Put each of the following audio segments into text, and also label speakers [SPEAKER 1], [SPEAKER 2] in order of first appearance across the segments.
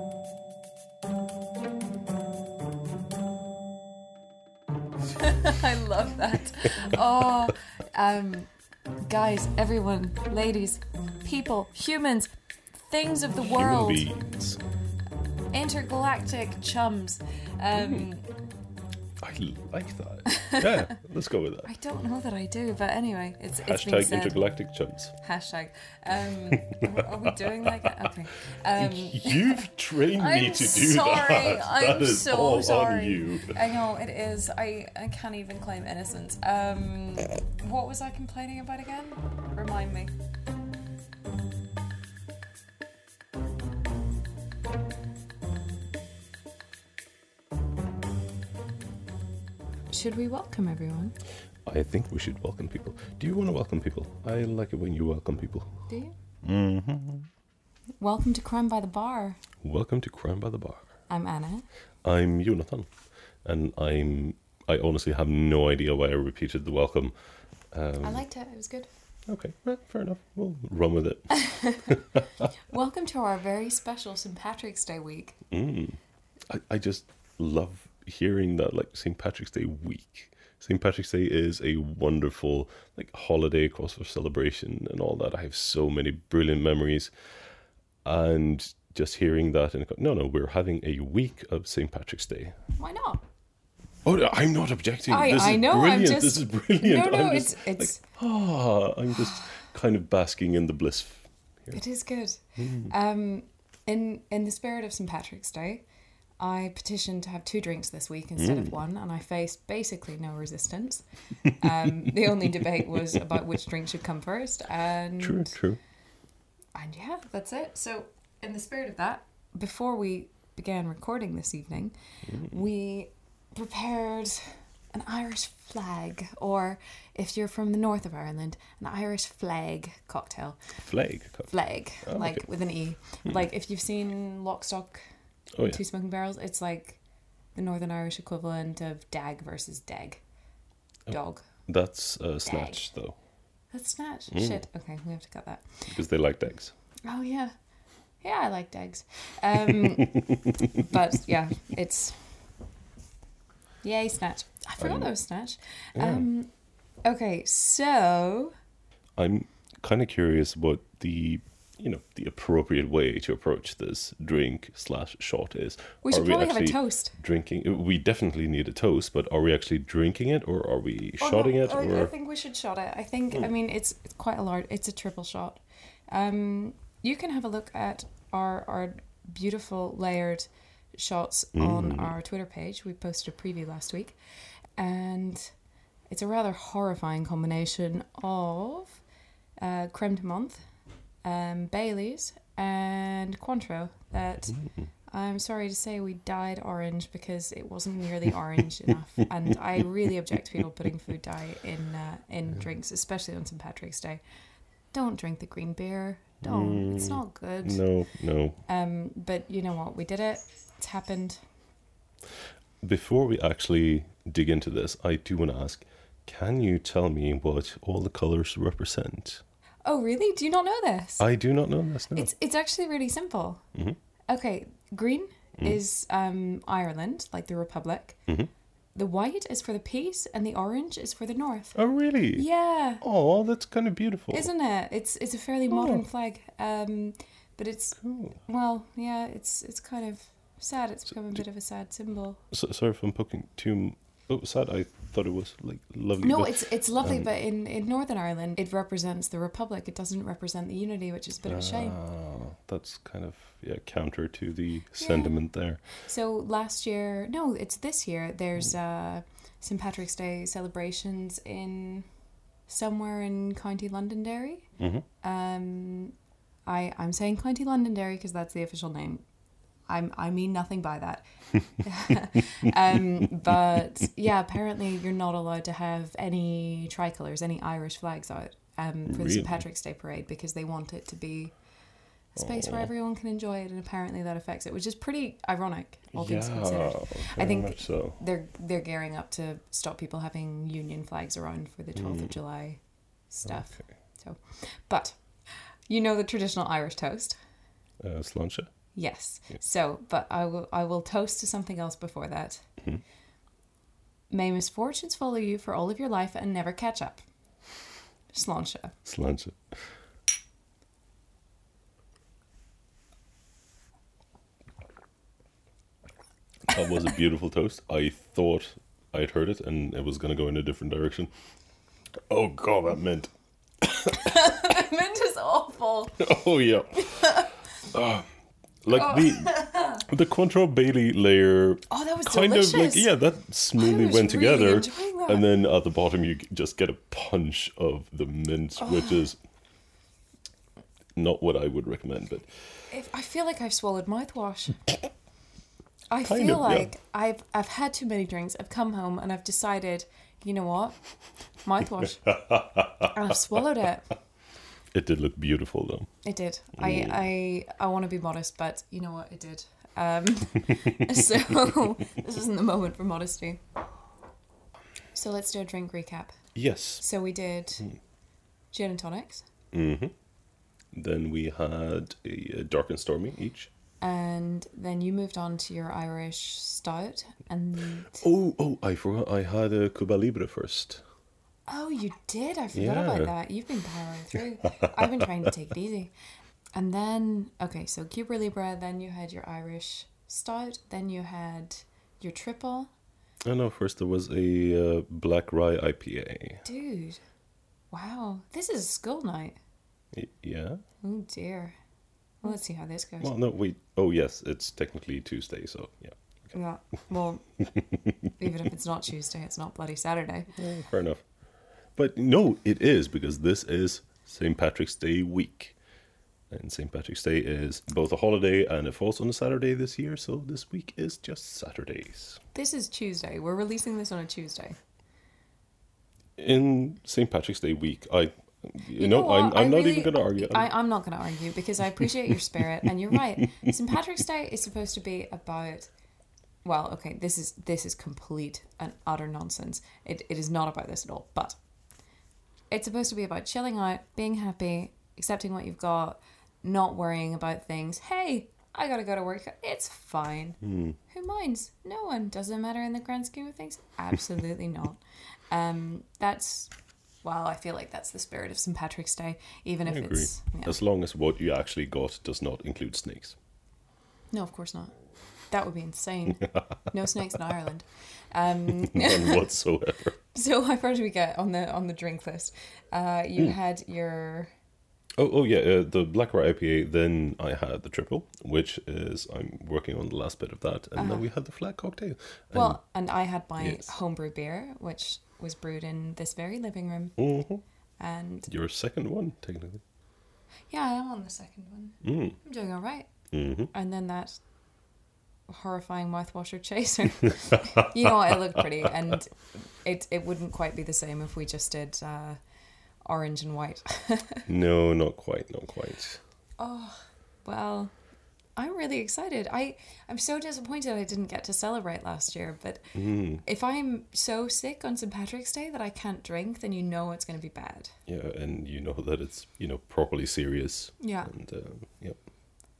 [SPEAKER 1] I love that. Oh, um, guys, everyone, ladies, people, humans, things of the
[SPEAKER 2] Human
[SPEAKER 1] world,
[SPEAKER 2] beings.
[SPEAKER 1] intergalactic chums.
[SPEAKER 2] Hmm.
[SPEAKER 1] Um,
[SPEAKER 2] I like that. Yeah, let's go with that.
[SPEAKER 1] I don't know that I do, but anyway, it's, it's been
[SPEAKER 2] Hashtag
[SPEAKER 1] said.
[SPEAKER 2] intergalactic chumps.
[SPEAKER 1] Hashtag. Um, are we doing like that? Okay. Um,
[SPEAKER 2] You've trained me
[SPEAKER 1] I'm
[SPEAKER 2] to do
[SPEAKER 1] sorry.
[SPEAKER 2] that.
[SPEAKER 1] I'm
[SPEAKER 2] that is
[SPEAKER 1] so
[SPEAKER 2] all
[SPEAKER 1] sorry.
[SPEAKER 2] on you.
[SPEAKER 1] I know it is. I, I can't even claim innocence. Um, what was I complaining about again? Remind me. Should we welcome everyone?
[SPEAKER 2] I think we should welcome people. Do you want to welcome people? I like it when you welcome people.
[SPEAKER 1] Do you? Mm-hmm. Welcome to Crime by the Bar.
[SPEAKER 2] Welcome to Crime by the Bar.
[SPEAKER 1] I'm Anna.
[SPEAKER 2] I'm Jonathan, and I'm. I honestly have no idea why I repeated the welcome.
[SPEAKER 1] I liked it. It was good.
[SPEAKER 2] Okay, eh, fair enough. We'll run with it.
[SPEAKER 1] Welcome to our very special St. Patrick's Day week.
[SPEAKER 2] Mm. I, I just love hearing that like St. Patrick's Day week. St. Patrick's Day is a wonderful like holiday across for celebration and all that. I have so many brilliant memories. And just hearing that and go, no no, we're having a week of St. Patrick's Day.
[SPEAKER 1] Why not?
[SPEAKER 2] Oh no, I'm not objecting.
[SPEAKER 1] I-
[SPEAKER 2] this
[SPEAKER 1] I
[SPEAKER 2] is
[SPEAKER 1] know, I'm
[SPEAKER 2] brilliant.
[SPEAKER 1] just-
[SPEAKER 2] This is
[SPEAKER 1] No,
[SPEAKER 2] brilliant.
[SPEAKER 1] no,
[SPEAKER 2] I'm just,
[SPEAKER 1] it's- it's-
[SPEAKER 2] like, ah, I'm just kind of basking in the bliss here.
[SPEAKER 1] It is good. Um, in in the spirit of St Patrick's Day, I petitioned to have two drinks this week instead of one, and I faced basically no resistance. Um, the only debate was about which drink should come first, and
[SPEAKER 2] True, true.
[SPEAKER 1] and yeah, that's it. So, in the spirit of that, before we began recording this evening, we prepared an Irish flag, or if you're from the north of Ireland, an Irish flag cocktail.
[SPEAKER 2] Flag.
[SPEAKER 1] Flag,
[SPEAKER 2] Oh,
[SPEAKER 1] like
[SPEAKER 2] okay. Hmm.
[SPEAKER 1] with an E. Like if you've seen Lock, Stock,
[SPEAKER 2] Oh yeah.
[SPEAKER 1] Two Smoking Barrels, it's like the Northern Irish equivalent of Dag versus Deg.
[SPEAKER 2] Oh.
[SPEAKER 1] Dog.
[SPEAKER 2] That's uh, snatch though.
[SPEAKER 1] That's snatch. Shit. Okay, we have to cut that.
[SPEAKER 2] Because they like eggs.
[SPEAKER 1] Oh yeah, yeah. I like Dags, um, but yeah, it's yay snatch. I forgot that was snatch. Um, okay, so
[SPEAKER 2] I'm kind of curious what the you know the appropriate way to approach this drink slash shot is.
[SPEAKER 1] we should
[SPEAKER 2] Are
[SPEAKER 1] probably have a
[SPEAKER 2] actually
[SPEAKER 1] toast.
[SPEAKER 2] Drinking, we definitely need a toast, but are we actually drinking it or are we
[SPEAKER 1] Oh, no,
[SPEAKER 2] shotting it?
[SPEAKER 1] I, I
[SPEAKER 2] Or Hmm.
[SPEAKER 1] think we should shot it. I think. I mean, it's it's quite a large. It's a triple shot. Um, you can have a look at our our beautiful layered shots on
[SPEAKER 2] Hmm.
[SPEAKER 1] our Twitter page. We posted a preview last week, and it's a rather horrifying combination of uh, creme de menthe, um, Bailey's, and Cointreau that. I'm sorry to say we dyed orange because it wasn't nearly orange enough, and I really object to people putting food dye in uh, in drinks, especially on St Patrick's Day. Don't drink the green beer. Don't. It's not good.
[SPEAKER 2] no, no.
[SPEAKER 1] Um, but you know what? We did it. It's happened.
[SPEAKER 2] Before we actually dig into this, I do want to ask: Can you tell me what all the colors represent?
[SPEAKER 1] Oh, really? Do you not know this?
[SPEAKER 2] I do not know this. No.
[SPEAKER 1] It's it's actually really simple. Okay, green is um, Ireland, like the Republic. The white is for the peace, and the orange is for the north.
[SPEAKER 2] Oh really?
[SPEAKER 1] Yeah.
[SPEAKER 2] Oh, that's kind of beautiful.
[SPEAKER 1] isn't it? It's it's a fairly modern flag, um, but it's
[SPEAKER 2] Cool.
[SPEAKER 1] well, yeah, it's it's kind of sad. It's become a bit of a sad symbol.
[SPEAKER 2] So, sorry if I'm poking too. m- Oh, sad. I thought it was like lovely.
[SPEAKER 1] No,
[SPEAKER 2] but-
[SPEAKER 1] it's it's lovely, but in in Northern Ireland, it represents the Republic. It doesn't represent the unity, which is a bit of a shame.
[SPEAKER 2] Ah, that's kind of yeah counter to the sentiment there.
[SPEAKER 1] So last year, no, it's this year. There's uh, St Patrick's Day celebrations in somewhere in County Londonderry. Um, I I'm saying County Londonderry because that's the official name. I'm I mean nothing by that. um, but yeah, apparently you're not allowed to have any tricolours, any Irish flags out um, for the
[SPEAKER 2] Really?
[SPEAKER 1] St Patrick's Day parade because they want it to be a space
[SPEAKER 2] Oh.
[SPEAKER 1] where everyone can enjoy it, and apparently that affects it, which is pretty ironic. All things considered,
[SPEAKER 2] very
[SPEAKER 1] think-
[SPEAKER 2] much so.
[SPEAKER 1] they're they're gearing up to stop people having
[SPEAKER 2] Mm.
[SPEAKER 1] union flags around for the 12th of July stuff. So, but You know the traditional Irish toast.
[SPEAKER 2] Uh, sláinte.
[SPEAKER 1] Yes. So, but I will I will toast to something else before that.
[SPEAKER 2] Mm-hmm.
[SPEAKER 1] May misfortunes follow you for all of your life and never catch up. Sláinte.
[SPEAKER 2] Sláinte. That was a beautiful toast. I thought I'd heard it and it was going to go in a different direction. Oh, God, that meant.
[SPEAKER 1] Mint is awful.
[SPEAKER 2] Oh yeah. Ah, like the the Cointreau Bailey layer
[SPEAKER 1] Oh, that was
[SPEAKER 2] kind
[SPEAKER 1] delicious.
[SPEAKER 2] of like yeah, that smoothly
[SPEAKER 1] I was
[SPEAKER 2] went
[SPEAKER 1] really
[SPEAKER 2] together.
[SPEAKER 1] enjoying that.
[SPEAKER 2] And then at the bottom you just get a punch of the mint,
[SPEAKER 1] Oh.
[SPEAKER 2] which is not what I would recommend, but
[SPEAKER 1] If, I feel like I've swallowed mouthwash. I
[SPEAKER 2] Hmm. Kind
[SPEAKER 1] feel
[SPEAKER 2] of, yeah.
[SPEAKER 1] like I've I've had too many drinks. I've come home and I've decided, you know what, mouthwash. and I've swallowed it.
[SPEAKER 2] it did look beautiful though.
[SPEAKER 1] It did. I I I want to be modest, but you know what, it did. Um, so this isn't the moment for modesty. So let's do a drink recap.
[SPEAKER 2] Yes.
[SPEAKER 1] So we did
[SPEAKER 2] Hmm.
[SPEAKER 1] gin and tonics
[SPEAKER 2] Then we had a, a dark and stormy each.
[SPEAKER 1] and then you moved on to your Irish stout and
[SPEAKER 2] Oh, oh, I forgot I had a Cuba Libre first.
[SPEAKER 1] Oh, you did. I forgot about
[SPEAKER 2] Yeah.
[SPEAKER 1] that. You've been powering through. I've been trying to take it easy. And then, okay, so Cuba Libre, then you had your Irish stout, then you had your triple.
[SPEAKER 2] I know Oh, first there was a uh, black rye IPA.
[SPEAKER 1] Dude, wow. This is school night.
[SPEAKER 2] Y- Yeah.
[SPEAKER 1] Oh, dear. Well, let's see how this goes.
[SPEAKER 2] Well, no, wait. Oh, yes, it's technically Tuesday, so yeah.
[SPEAKER 1] Yeah, well even if it's not Tuesday, it's not bloody Saturday.
[SPEAKER 2] Yeah, fair enough. But no, it is because this is St. Patrick's Day week. And St. Patrick's Day is both a holiday and it falls on a Saturday this year, so this week is just Saturdays.
[SPEAKER 1] This is Tuesday. We're releasing this on a Tuesday.
[SPEAKER 2] In St. Patrick's Day week, I. You,
[SPEAKER 1] You
[SPEAKER 2] know,
[SPEAKER 1] what?
[SPEAKER 2] I'm, I'm
[SPEAKER 1] I
[SPEAKER 2] not
[SPEAKER 1] really-
[SPEAKER 2] even going to argue.
[SPEAKER 1] I, I'm not going to argue because I appreciate your spirit, and you're right. St. Patrick's Day is supposed to be about. Well, okay, this is this is complete and utter nonsense. It, it is not about this at all. But it's supposed to be about chilling out, being happy, accepting what you've got, not worrying about things. Hey, I gotta go to work. It's fine.
[SPEAKER 2] Hmm.
[SPEAKER 1] Who minds? No one. Doesn't matter in the grand scheme of things. Absolutely not. Um, that's well, I feel like that's the spirit of St. Patrick's Day, even if
[SPEAKER 2] I agree.
[SPEAKER 1] it's yeah.
[SPEAKER 2] As long as what you actually got does not include snakes.
[SPEAKER 1] no, of course not. That would be insane. no snakes in Ireland. Um,
[SPEAKER 2] None whatsoever.
[SPEAKER 1] so how far did we get on the on the drink list? Uh, you
[SPEAKER 2] Hmm.
[SPEAKER 1] had your
[SPEAKER 2] Oh, oh yeah, uh, the Black Rye IPA. Then I had the triple, which is I'm working on the last bit of that, and then we had the flat cocktail. And
[SPEAKER 1] Uh-huh. Well, and I had my
[SPEAKER 2] Yes.
[SPEAKER 1] homebrew beer, which was brewed in this very living room.
[SPEAKER 2] Mhm.
[SPEAKER 1] And
[SPEAKER 2] your second one, technically.
[SPEAKER 1] yeah, I am on the second one.
[SPEAKER 2] Mm.
[SPEAKER 1] I'm doing all right.
[SPEAKER 2] Mm-hmm.
[SPEAKER 1] And then that horrifying mouthwasher chaser. you know, what, it looked pretty, and it it wouldn't quite be the same if we just did uh, orange and white.
[SPEAKER 2] No, not quite, not quite.
[SPEAKER 1] well, I'm really excited. I I'm so disappointed I didn't get to celebrate last year, but
[SPEAKER 2] Mm.
[SPEAKER 1] if I'm so sick on St. Patrick's Day that I can't drink, then you know it's going to be bad.
[SPEAKER 2] Yeah, and you know that it's you know properly serious.
[SPEAKER 1] Yeah.
[SPEAKER 2] And um, yep.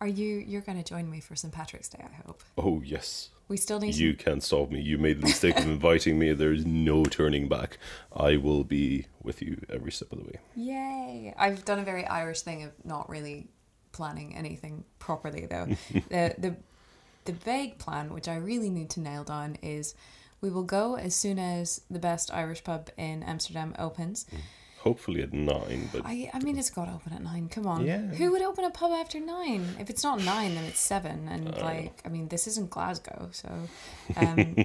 [SPEAKER 1] Are you you're going to join me for St. Patrick's Day? I hope
[SPEAKER 2] Oh yes.
[SPEAKER 1] we still need
[SPEAKER 2] You can't stop me. You made the mistake of inviting me. There's no turning back. I will be with you every step of the way.
[SPEAKER 1] to. Yay! I've done a very Irish thing of not really planning anything properly though. the the the vague plan, which I really need to nail down, is we will go as soon as the best Irish pub in Amsterdam opens.
[SPEAKER 2] Hopefully at nine, but
[SPEAKER 1] I I mean it's got to open at nine. Come on,
[SPEAKER 2] Yeah.
[SPEAKER 1] who would open a pub after nine? If it's not nine, then it's seven. And
[SPEAKER 2] Oh.
[SPEAKER 1] like I mean, this isn't Glasgow, so um,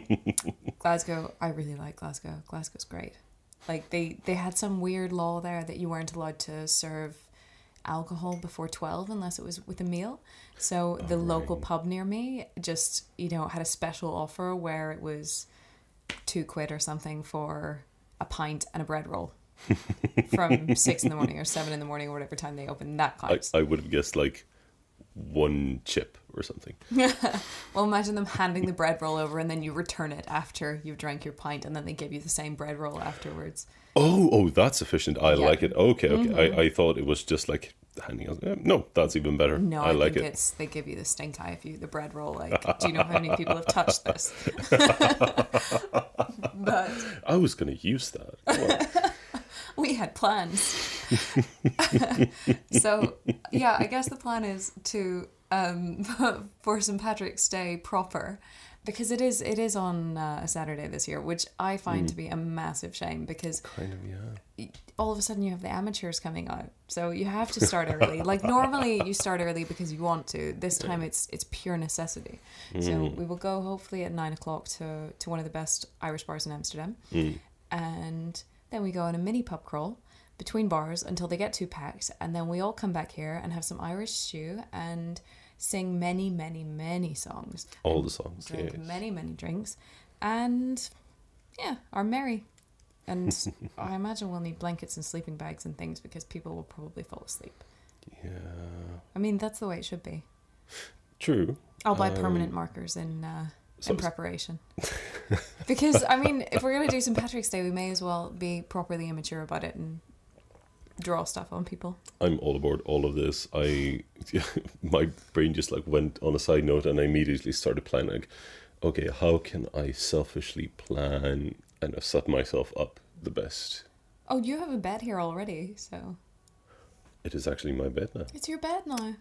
[SPEAKER 1] Glasgow. I really like Glasgow. Glasgow's great. Like they they had some weird law there that you weren't allowed to serve alcohol before 12 unless it was with a meal so
[SPEAKER 2] Oh,
[SPEAKER 1] the local pub near me just you know had a special offer where it was two quid or something for a pint and a bread roll from six in the morning or seven in the morning or whatever time they open that
[SPEAKER 2] I,
[SPEAKER 1] class.
[SPEAKER 2] I would have guessed like one chip or something.
[SPEAKER 1] well, imagine them handing the bread roll over and then you return it after you've drank your pint and then they give you the same bread roll afterwards.
[SPEAKER 2] Oh, oh, that's efficient. I
[SPEAKER 1] Yeah. Mm-hmm.
[SPEAKER 2] like it. Okay, okay. I, I thought it was just like handing us. eh, No, that's even better.
[SPEAKER 1] No,
[SPEAKER 2] I,
[SPEAKER 1] I,
[SPEAKER 2] like
[SPEAKER 1] think
[SPEAKER 2] it.
[SPEAKER 1] it's they give you the stink eye if you the bread roll. Like, do you know how many people have touched this? but
[SPEAKER 2] I was going to use that. Come on.
[SPEAKER 1] we had plans. so yeah, I guess the plan is to um, for St Patrick's Day proper, because it is it is on uh, a Saturday this year, which I find to be a massive shame because
[SPEAKER 2] kind of, yeah.
[SPEAKER 1] all of a sudden you have the amateurs coming out so you have to start early like normally you start early because you want to this time it's it's pure necessity so we will go hopefully at nine o'clock to to one of the best irish bars in amsterdam and then we go on a mini pub crawl between bars until they get too packed and then we all come back here and have some irish stew and sing many many many songs
[SPEAKER 2] All the songs.
[SPEAKER 1] drink
[SPEAKER 2] yeah.
[SPEAKER 1] many many drinks and yeah are merry and i imagine we'll need blankets and sleeping bags and things because people will probably fall asleep
[SPEAKER 2] Yeah.
[SPEAKER 1] i mean that's the way it should be
[SPEAKER 2] True.
[SPEAKER 1] i'll buy permanent markers in uh,
[SPEAKER 2] Um, so
[SPEAKER 1] in
[SPEAKER 2] it's-
[SPEAKER 1] preparation because i mean if we're going to do st patrick's day we may as well be properly immature about it and draw stuff on people
[SPEAKER 2] I'm all aboard all of this. I my brain just like went on a side note and I immediately started planning like, okay, how can I selfishly plan and set myself up the best?
[SPEAKER 1] oh you have a bed here already so
[SPEAKER 2] It is actually my bed now.
[SPEAKER 1] it's your bed now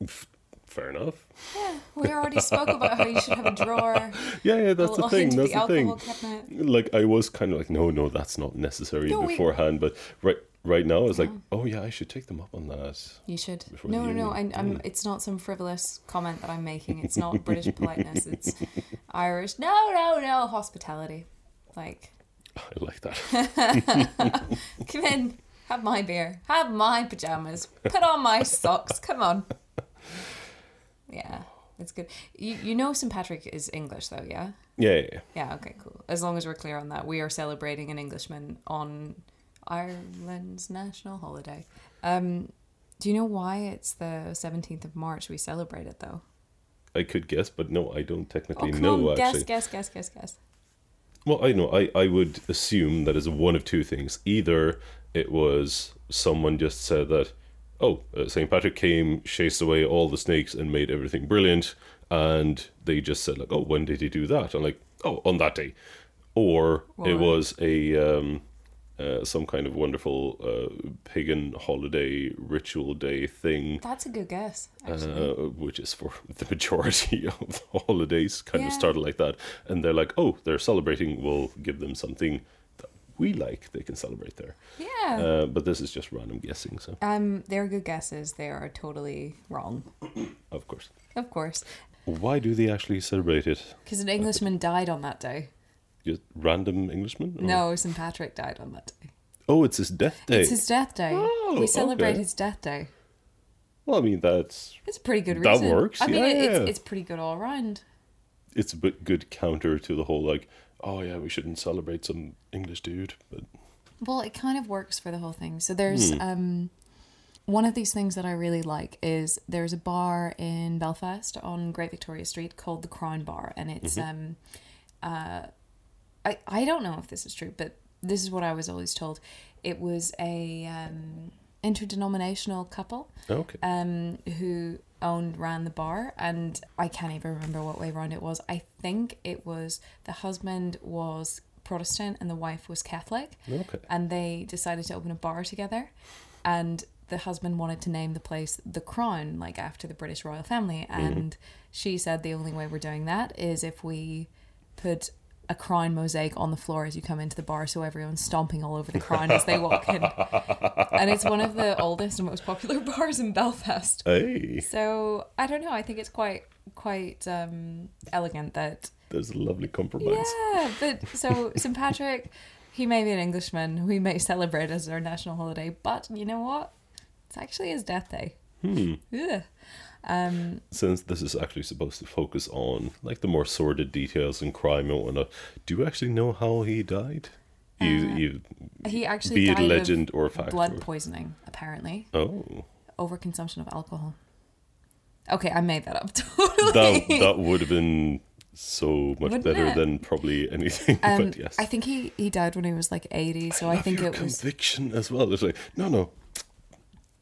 [SPEAKER 2] F- Fair enough.
[SPEAKER 1] yeah we already spoke about how you should have a drawer
[SPEAKER 2] Yeah, yeah,
[SPEAKER 1] a
[SPEAKER 2] that's the
[SPEAKER 1] little
[SPEAKER 2] thing.
[SPEAKER 1] hint of
[SPEAKER 2] That's the,
[SPEAKER 1] the
[SPEAKER 2] thing.
[SPEAKER 1] alcohol cabinet
[SPEAKER 2] Like I was kind of like, no, no, that's not necessary
[SPEAKER 1] No, we-
[SPEAKER 2] beforehand. But right, right now, it's like, oh yeah, I should take them up on that.
[SPEAKER 1] You should.
[SPEAKER 2] Before
[SPEAKER 1] No,
[SPEAKER 2] the
[SPEAKER 1] no, no. I,
[SPEAKER 2] union.
[SPEAKER 1] I'm. It's not some frivolous comment that I'm making. It's not British politeness. It's Irish. No, no, no. Hospitality. Like,
[SPEAKER 2] I like that.
[SPEAKER 1] come in, have my beer, have my pajamas, put on my socks. Come on. Yeah, it's good. You, you know, St Patrick is English though, yeah.
[SPEAKER 2] yeah, yeah, yeah.
[SPEAKER 1] Yeah. Okay. Cool. As long as we're clear on that, we are celebrating an Englishman on Ireland's national holiday. Um, do you know why it's the 17th of March we celebrate it though?
[SPEAKER 2] I could guess, but no, I don't
[SPEAKER 1] Oh,
[SPEAKER 2] technically
[SPEAKER 1] come
[SPEAKER 2] know.
[SPEAKER 1] on,
[SPEAKER 2] actually,
[SPEAKER 1] guess, guess, guess, guess, guess.
[SPEAKER 2] Well, I know. I, I would assume that is one of two things. Either it was someone just said that, oh, uh, St. Patrick came, chased away all the snakes, and made everything brilliant. And they just said, like, oh, when did he do that? And like, oh, on that day. Or it
[SPEAKER 1] Right.
[SPEAKER 2] was a um, uh, some kind of wonderful uh, pagan holiday ritual day thing,
[SPEAKER 1] That's a good guess. Actually.
[SPEAKER 2] uh, which is for the majority of the holidays, kind of
[SPEAKER 1] Yeah.
[SPEAKER 2] started like that. And they're like, oh, they're celebrating. We'll give them something that we like. They can celebrate there.
[SPEAKER 1] yeah.
[SPEAKER 2] Uh, but this is just random guessing. So,
[SPEAKER 1] um, they're good guesses. They are totally wrong,
[SPEAKER 2] of course.
[SPEAKER 1] of course,
[SPEAKER 2] Why do they actually celebrate it?
[SPEAKER 1] because an Englishman died on that day.
[SPEAKER 2] Just random Englishmen? Or-
[SPEAKER 1] No, St. Patrick died on that day.
[SPEAKER 2] Oh, it's his death day.
[SPEAKER 1] It's his death day.
[SPEAKER 2] Oh,
[SPEAKER 1] we celebrate
[SPEAKER 2] okay.
[SPEAKER 1] his death day.
[SPEAKER 2] Well, I mean, that's
[SPEAKER 1] It's a pretty good
[SPEAKER 2] That
[SPEAKER 1] reason.
[SPEAKER 2] works,
[SPEAKER 1] I mean,
[SPEAKER 2] yeah,
[SPEAKER 1] it-
[SPEAKER 2] yeah.
[SPEAKER 1] It's, it's pretty good all round.
[SPEAKER 2] it's a bit good counter to the whole like, oh yeah, we shouldn't celebrate some English dude. But
[SPEAKER 1] Well, it kind of works for the whole thing. So there's um, one of these things that I really like is there's a bar in Belfast on Great Victoria Street called the Crown Bar, and it's um, uh, I I don't know if this is true, but this is what I was always told. It was a um, interdenominational couple
[SPEAKER 2] okay,
[SPEAKER 1] um, who owned ran the bar, and I can't even remember what way round it was. I think it was the husband was Protestant and the wife was Catholic,
[SPEAKER 2] okay,
[SPEAKER 1] and they decided to open a bar together, and the husband wanted to name the place the Crown, like after the British royal family, and she said the only way we're doing that is if we put a crown mosaic on the floor as you come into the bar so everyone's stomping all over the crown as they walk in and it's one of the oldest and most popular bars in Belfast.
[SPEAKER 2] hey,
[SPEAKER 1] So I don't know. I think it's quite quite um, elegant that
[SPEAKER 2] there's a lovely compromise.
[SPEAKER 1] yeah. But so St Patrick, he may be an Englishman. We may celebrate as our national holiday, but you know what? It's actually his death day.
[SPEAKER 2] Hmm.
[SPEAKER 1] Yeah. Um,
[SPEAKER 2] since this is actually supposed to focus on like the more sordid details and crime and whatnot, do you actually know how he died? You, you,
[SPEAKER 1] he actually
[SPEAKER 2] be it
[SPEAKER 1] died
[SPEAKER 2] legend
[SPEAKER 1] Uh, of
[SPEAKER 2] or fact.
[SPEAKER 1] blood
[SPEAKER 2] or-
[SPEAKER 1] poisoning, apparently,
[SPEAKER 2] oh,
[SPEAKER 1] overconsumption of alcohol. Okay, I made that up totally.
[SPEAKER 2] that that would have been so much
[SPEAKER 1] Wouldn't
[SPEAKER 2] better
[SPEAKER 1] it?
[SPEAKER 2] than probably anything.
[SPEAKER 1] Um,
[SPEAKER 2] but yes,
[SPEAKER 1] I think he, he died when he was like 80, so I,
[SPEAKER 2] Love
[SPEAKER 1] think
[SPEAKER 2] your
[SPEAKER 1] it was
[SPEAKER 2] conviction as well. It's like no, no,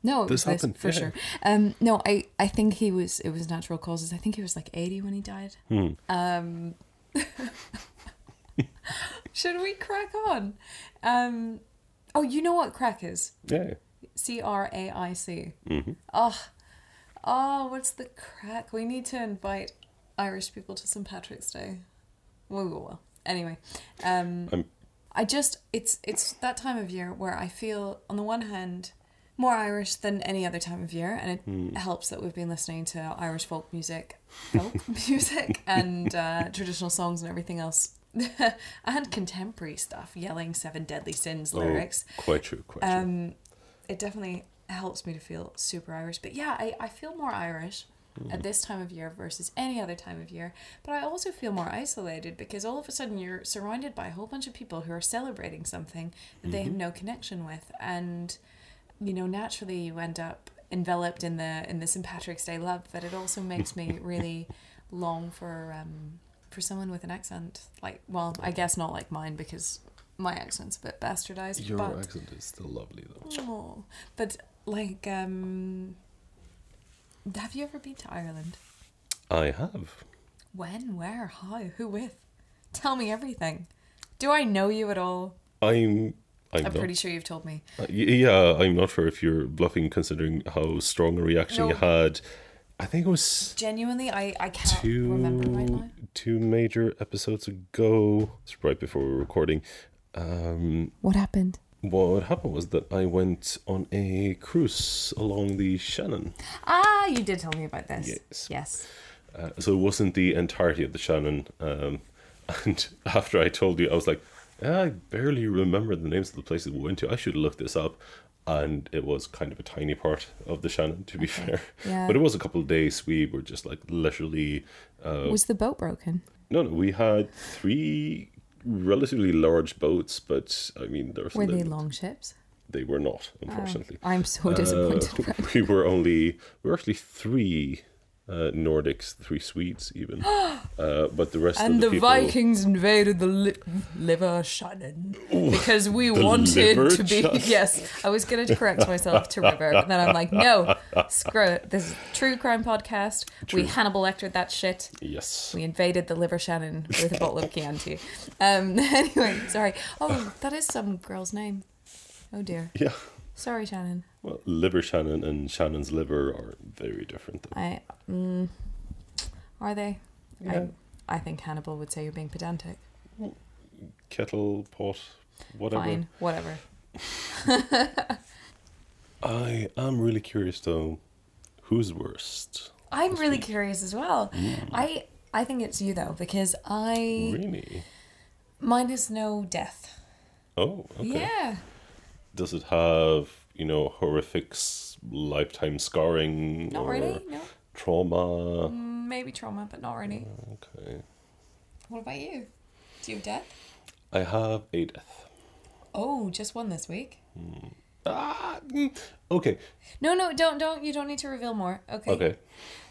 [SPEAKER 1] No, it
[SPEAKER 2] This
[SPEAKER 1] was
[SPEAKER 2] happened,
[SPEAKER 1] for
[SPEAKER 2] yeah.
[SPEAKER 1] sure. Um, no, I, I think he was. It was natural causes. I think he was like eighty when he died.
[SPEAKER 2] Hmm.
[SPEAKER 1] Um, should we crack on? Um, oh, you know what crack is?
[SPEAKER 2] Yeah.
[SPEAKER 1] C R A I C.
[SPEAKER 2] Mm-hmm.
[SPEAKER 1] Oh, oh, what's the crack? We need to invite Irish people to St Patrick's Day. Well, well, well. Anyway, um,
[SPEAKER 2] I'm
[SPEAKER 1] I just it's it's that time of year where I feel on the one hand more Irish than any other time of year, and it
[SPEAKER 2] Hmm.
[SPEAKER 1] helps that we've been listening to Irish folk music, folk music, and uh, traditional songs and everything else, and contemporary stuff, yelling Seven Deadly Sins
[SPEAKER 2] oh,
[SPEAKER 1] lyrics.
[SPEAKER 2] quite true, quite true.
[SPEAKER 1] Um, it definitely helps me to feel super Irish. But yeah, I, I feel more Irish at this time of year versus any other time of year. But I also feel more isolated because all of a sudden you're surrounded by a whole bunch of people who are celebrating something that they have no connection with. And, you know, naturally you end up enveloped in the in the St. Patrick's Day love, but it also makes me really long for um for someone with an accent. Like well, I guess not like mine because my accent's a bit bastardized.
[SPEAKER 2] Your
[SPEAKER 1] but
[SPEAKER 2] accent is still lovely though.
[SPEAKER 1] Oh, but like, um, have you ever been to Ireland?
[SPEAKER 2] I have.
[SPEAKER 1] When, where, how, who with? Tell me everything. Do I know you at all?
[SPEAKER 2] I'm. I'm,
[SPEAKER 1] I'm
[SPEAKER 2] not,
[SPEAKER 1] pretty sure you've told me.
[SPEAKER 2] uh, y- yeah, I'm not sure if you're bluffing, considering how strong a reaction you
[SPEAKER 1] No.
[SPEAKER 2] had. I think it was
[SPEAKER 1] Genuinely, I I can't remember right now.
[SPEAKER 2] two two major episodes ago, it's right before we were recording. Um,
[SPEAKER 1] What happened?
[SPEAKER 2] what happened was that I went on a cruise along the Shannon.
[SPEAKER 1] Ah, you did tell me about this.
[SPEAKER 2] Yes.
[SPEAKER 1] Yes.
[SPEAKER 2] Uh, so it wasn't the entirety of the Shannon. Um, and after I told you, I was like, "Ah, I barely remember the names of the places we went to. I should look this up. And it was kind of a tiny part of the Shannon, to be fair.
[SPEAKER 1] Yeah.
[SPEAKER 2] But it was a couple of days. We were just like literally. Uh,
[SPEAKER 1] Was the boat broken?
[SPEAKER 2] no, no, we had three relatively large boats, but I mean, there was
[SPEAKER 1] Were they Oh.
[SPEAKER 2] limit.
[SPEAKER 1] long ships?
[SPEAKER 2] They were not, unfortunately.
[SPEAKER 1] I'm so disappointed.
[SPEAKER 2] Uh, we were only we were actually three uh, Nordics, three Swedes even, uh, but the rest of
[SPEAKER 1] And
[SPEAKER 2] the,
[SPEAKER 1] the
[SPEAKER 2] people.
[SPEAKER 1] Vikings invaded the li- liver Shannon because we
[SPEAKER 2] liver
[SPEAKER 1] wanted to be.
[SPEAKER 2] Shannon.
[SPEAKER 1] Yes, I was going to correct myself to river, but then I'm like, no, screw it. This is a true crime podcast. We Hannibal Lectered that shit.
[SPEAKER 2] Yes,
[SPEAKER 1] We invaded the liver Shannon with a bottle of Chianti. Um, anyway, sorry. Oh, that is some girl's name. Oh dear.
[SPEAKER 2] yeah.
[SPEAKER 1] Sorry, Shannon.
[SPEAKER 2] Well, liver Shannon and Shannon's liver are very different. Though.
[SPEAKER 1] I mm, are they?
[SPEAKER 2] Yeah.
[SPEAKER 1] I, I think Hannibal would say you're being pedantic.
[SPEAKER 2] Kettle pot, whatever.
[SPEAKER 1] Fine, whatever.
[SPEAKER 2] I am really curious though, who's worst?
[SPEAKER 1] I'm really curious as well. I I think it's you though because I
[SPEAKER 2] Really?
[SPEAKER 1] mine is no death.
[SPEAKER 2] Oh, okay.
[SPEAKER 1] Yeah.
[SPEAKER 2] Does it have you know horrific s- lifetime scarring
[SPEAKER 1] Not
[SPEAKER 2] or
[SPEAKER 1] really. No.
[SPEAKER 2] trauma?
[SPEAKER 1] Mm, Maybe trauma, but not really.
[SPEAKER 2] Okay.
[SPEAKER 1] What about you? Do you have death?
[SPEAKER 2] I have a death.
[SPEAKER 1] Oh, just one this week.
[SPEAKER 2] Ah, mm, okay,
[SPEAKER 1] No, no, don't don't you don't need to reveal more. Okay.
[SPEAKER 2] okay.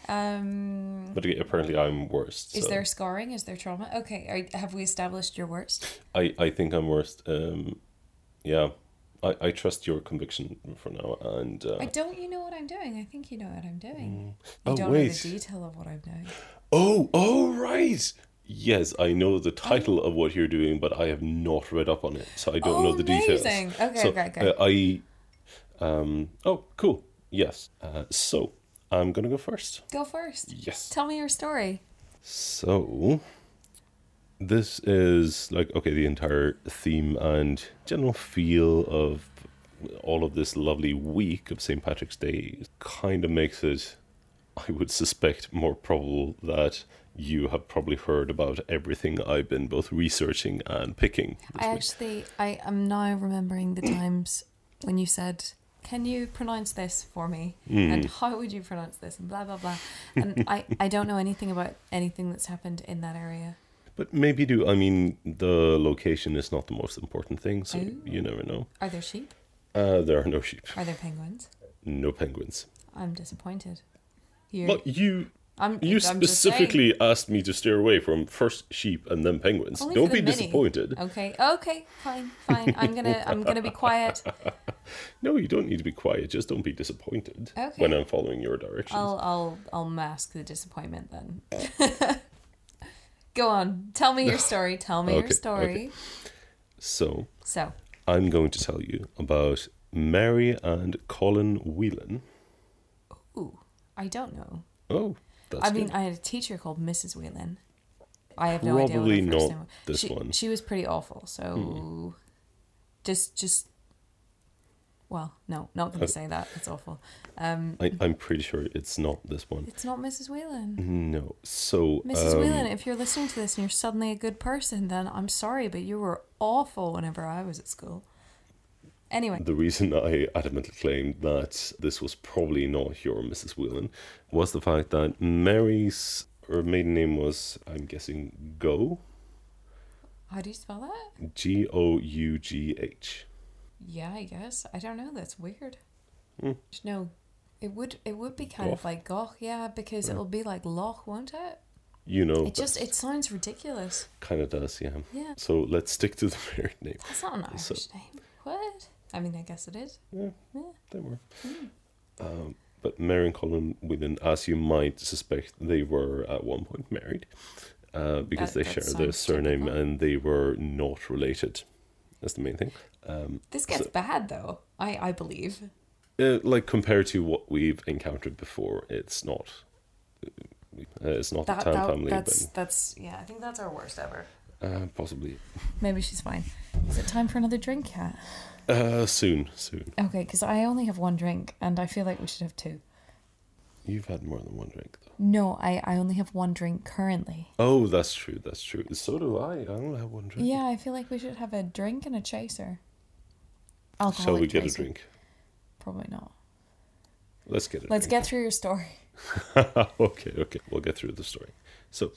[SPEAKER 1] Um
[SPEAKER 2] But apparently, I'm worst.
[SPEAKER 1] is
[SPEAKER 2] so
[SPEAKER 1] there scarring? Is there trauma? Okay. Are, have we established your worst?
[SPEAKER 2] I I think I'm worst. Um, yeah, I I trust your conviction for now. And uh,
[SPEAKER 1] I don't you know what I'm doing. I think you know what I'm doing.
[SPEAKER 2] Oh,
[SPEAKER 1] you don't know
[SPEAKER 2] wait.
[SPEAKER 1] the detail of what I'm doing.
[SPEAKER 2] oh oh right. Yes, I know the title of what you're doing, but I have not read up on it, so I don't know the
[SPEAKER 1] Oh, Amazing.
[SPEAKER 2] details.
[SPEAKER 1] Okay,
[SPEAKER 2] so,
[SPEAKER 1] okay, okay.
[SPEAKER 2] uh, I, um, oh, cool. Yes. Uh, so I'm gonna go first.
[SPEAKER 1] Go first.
[SPEAKER 2] Yes.
[SPEAKER 1] Tell me your story.
[SPEAKER 2] So, this is like okay, the entire theme and general feel of all of this lovely week of St. Patrick's Day kind of makes it, I would suspect, more probable that you have probably heard about everything I've been both researching and picking.
[SPEAKER 1] I actually, I am now remembering the times when you said, "Can you pronounce this for me?" and
[SPEAKER 2] Hmm.
[SPEAKER 1] "How would you pronounce this?" and blah blah blah. And I, I don't know anything about anything that's happened in that area.
[SPEAKER 2] But maybe do, I mean, the location is not the most important thing, so you never know.
[SPEAKER 1] Are there sheep?
[SPEAKER 2] Uh, there are no sheep,
[SPEAKER 1] Are there penguins?
[SPEAKER 2] no penguins.
[SPEAKER 1] I'm disappointed. You're,
[SPEAKER 2] But you
[SPEAKER 1] I'm,
[SPEAKER 2] You
[SPEAKER 1] I'm just saying.
[SPEAKER 2] specifically asked me to steer away from first sheep and then penguins.
[SPEAKER 1] Only
[SPEAKER 2] Don't
[SPEAKER 1] for the
[SPEAKER 2] be
[SPEAKER 1] mini.
[SPEAKER 2] disappointed.
[SPEAKER 1] Okay, okay, fine, fine. I'm gonna, I'm gonna be quiet.
[SPEAKER 2] No, you don't need to be quiet. Just don't be disappointed
[SPEAKER 1] Okay.
[SPEAKER 2] when I'm following your directions.
[SPEAKER 1] I'll, I'll, I'll mask the disappointment then. Go on, tell me your story. Tell me
[SPEAKER 2] Okay,
[SPEAKER 1] your
[SPEAKER 2] okay.
[SPEAKER 1] story.
[SPEAKER 2] So
[SPEAKER 1] So,
[SPEAKER 2] I'm going to tell you about Mary and Colin Whelan.
[SPEAKER 1] ooh, I don't know.
[SPEAKER 2] Oh, that's
[SPEAKER 1] I mean,
[SPEAKER 2] good.
[SPEAKER 1] I had a teacher called Mrs. Whelan. I have no idea.
[SPEAKER 2] Probably
[SPEAKER 1] what her first
[SPEAKER 2] not
[SPEAKER 1] name was.
[SPEAKER 2] this
[SPEAKER 1] she,
[SPEAKER 2] one. Hmm.
[SPEAKER 1] She was pretty awful. So, just, just. Well, no, not
[SPEAKER 2] Uh,
[SPEAKER 1] gonna say that. It's awful. Um,
[SPEAKER 2] I, I'm pretty sure it's not this one.
[SPEAKER 1] it's not Mrs. Whelan.
[SPEAKER 2] No. So
[SPEAKER 1] Mrs.
[SPEAKER 2] Mm-hmm. um,
[SPEAKER 1] Whelan, if you're listening to this and you're suddenly a good person, then I'm sorry, but you were awful whenever I was at school. Anyway,
[SPEAKER 2] The reason I adamantly claimed that this was probably not your Mrs. Whelan was the fact that Mary's her maiden name was, I'm guessing, Go
[SPEAKER 1] how do you spell that?
[SPEAKER 2] G O U G H.
[SPEAKER 1] Yeah, I guess. I don't know. That's weird. No, it would it would be kind
[SPEAKER 2] Hmm. Gough? Hmm.
[SPEAKER 1] of like Goch, yeah, because it'll be like Loch, won't it?
[SPEAKER 2] You know,
[SPEAKER 1] It just it sounds ridiculous.
[SPEAKER 2] kind of does, yeah.
[SPEAKER 1] Yeah,
[SPEAKER 2] So let's stick to the married name.
[SPEAKER 1] that's not an Irish
[SPEAKER 2] So-
[SPEAKER 1] name. What? I mean, I guess it is.
[SPEAKER 2] Yeah,
[SPEAKER 1] Yeah.
[SPEAKER 2] they were.
[SPEAKER 1] Hmm.
[SPEAKER 2] Um, but Mary and Colin Whelan, as you might suspect, they were at one point married uh, because
[SPEAKER 1] That-
[SPEAKER 2] they
[SPEAKER 1] that
[SPEAKER 2] share their
[SPEAKER 1] sounds
[SPEAKER 2] surname
[SPEAKER 1] typical.
[SPEAKER 2] and they were not related. That's the main thing. Um,
[SPEAKER 1] This gets bad though. I I believe.
[SPEAKER 2] uh, like compared to what we've encountered before, it's not. Uh, it's not
[SPEAKER 1] That,
[SPEAKER 2] the Tan
[SPEAKER 1] that
[SPEAKER 2] family,
[SPEAKER 1] that's that's yeah. I think that's our worst ever.
[SPEAKER 2] but uh, possibly
[SPEAKER 1] Maybe she's fine. Is it time for another drink, Kat?
[SPEAKER 2] uh, soon. Soon.
[SPEAKER 1] Okay, because I only have one drink and I feel like we should have two.
[SPEAKER 2] You've had more than one drink, though.
[SPEAKER 1] No, I, I only have one drink currently.
[SPEAKER 2] Oh, that's true. That's true. So do I. I only have one drink.
[SPEAKER 1] Yeah, I feel like we should have a drink and a chaser. Alcoholic
[SPEAKER 2] Shall we get a
[SPEAKER 1] chaser.
[SPEAKER 2] drink?
[SPEAKER 1] Probably not.
[SPEAKER 2] Let's get it.
[SPEAKER 1] Let's get through your story.
[SPEAKER 2] okay, okay. We'll get through the story. So,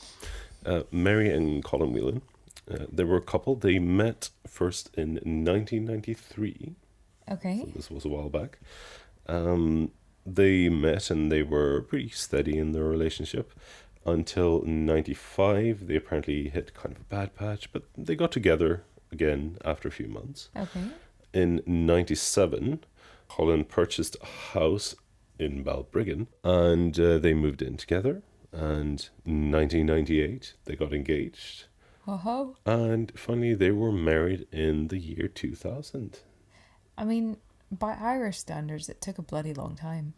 [SPEAKER 2] uh, Mary and Colin Whelan, uh, they were a couple. They met first in 1993.
[SPEAKER 1] Okay.
[SPEAKER 2] This was a while back. Um, they met and they were pretty steady in their relationship until 95. They apparently hit kind of a bad patch, but they got together again after a few months.
[SPEAKER 1] Okay.
[SPEAKER 2] In 97, Colin purchased a house in Balbriggan and uh, they moved in together. And 1998, they got engaged.
[SPEAKER 1] Ho ho.
[SPEAKER 2] And finally, they were married in the year 2000.
[SPEAKER 1] I mean, by Irish standards, it took a bloody long time.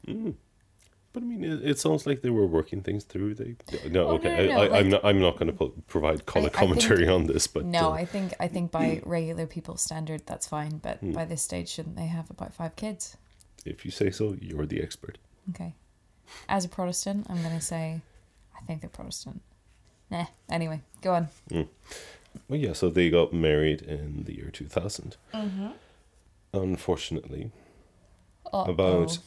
[SPEAKER 2] But I mean, it, it sounds like they were working things through. They no,
[SPEAKER 1] Oh,
[SPEAKER 2] okay.
[SPEAKER 1] no,
[SPEAKER 2] I,
[SPEAKER 1] no,
[SPEAKER 2] I,
[SPEAKER 1] like-
[SPEAKER 2] I'm not. I'm not going to provide color
[SPEAKER 1] I think-
[SPEAKER 2] commentary on this. But
[SPEAKER 1] No,
[SPEAKER 2] uh,
[SPEAKER 1] I think I think by regular people's standard, that's fine. But
[SPEAKER 2] Hmm.
[SPEAKER 1] by this stage, shouldn't they have about five kids?
[SPEAKER 2] if you say so, you're the expert.
[SPEAKER 1] Okay. As a Protestant, I'm going to say, I think they're Protestant. Nah. Anyway, go on.
[SPEAKER 2] Well, yeah, so they got married in the year 2000.
[SPEAKER 1] Mm-hmm.
[SPEAKER 2] Unfortunately,
[SPEAKER 1] Uh-oh.
[SPEAKER 2] about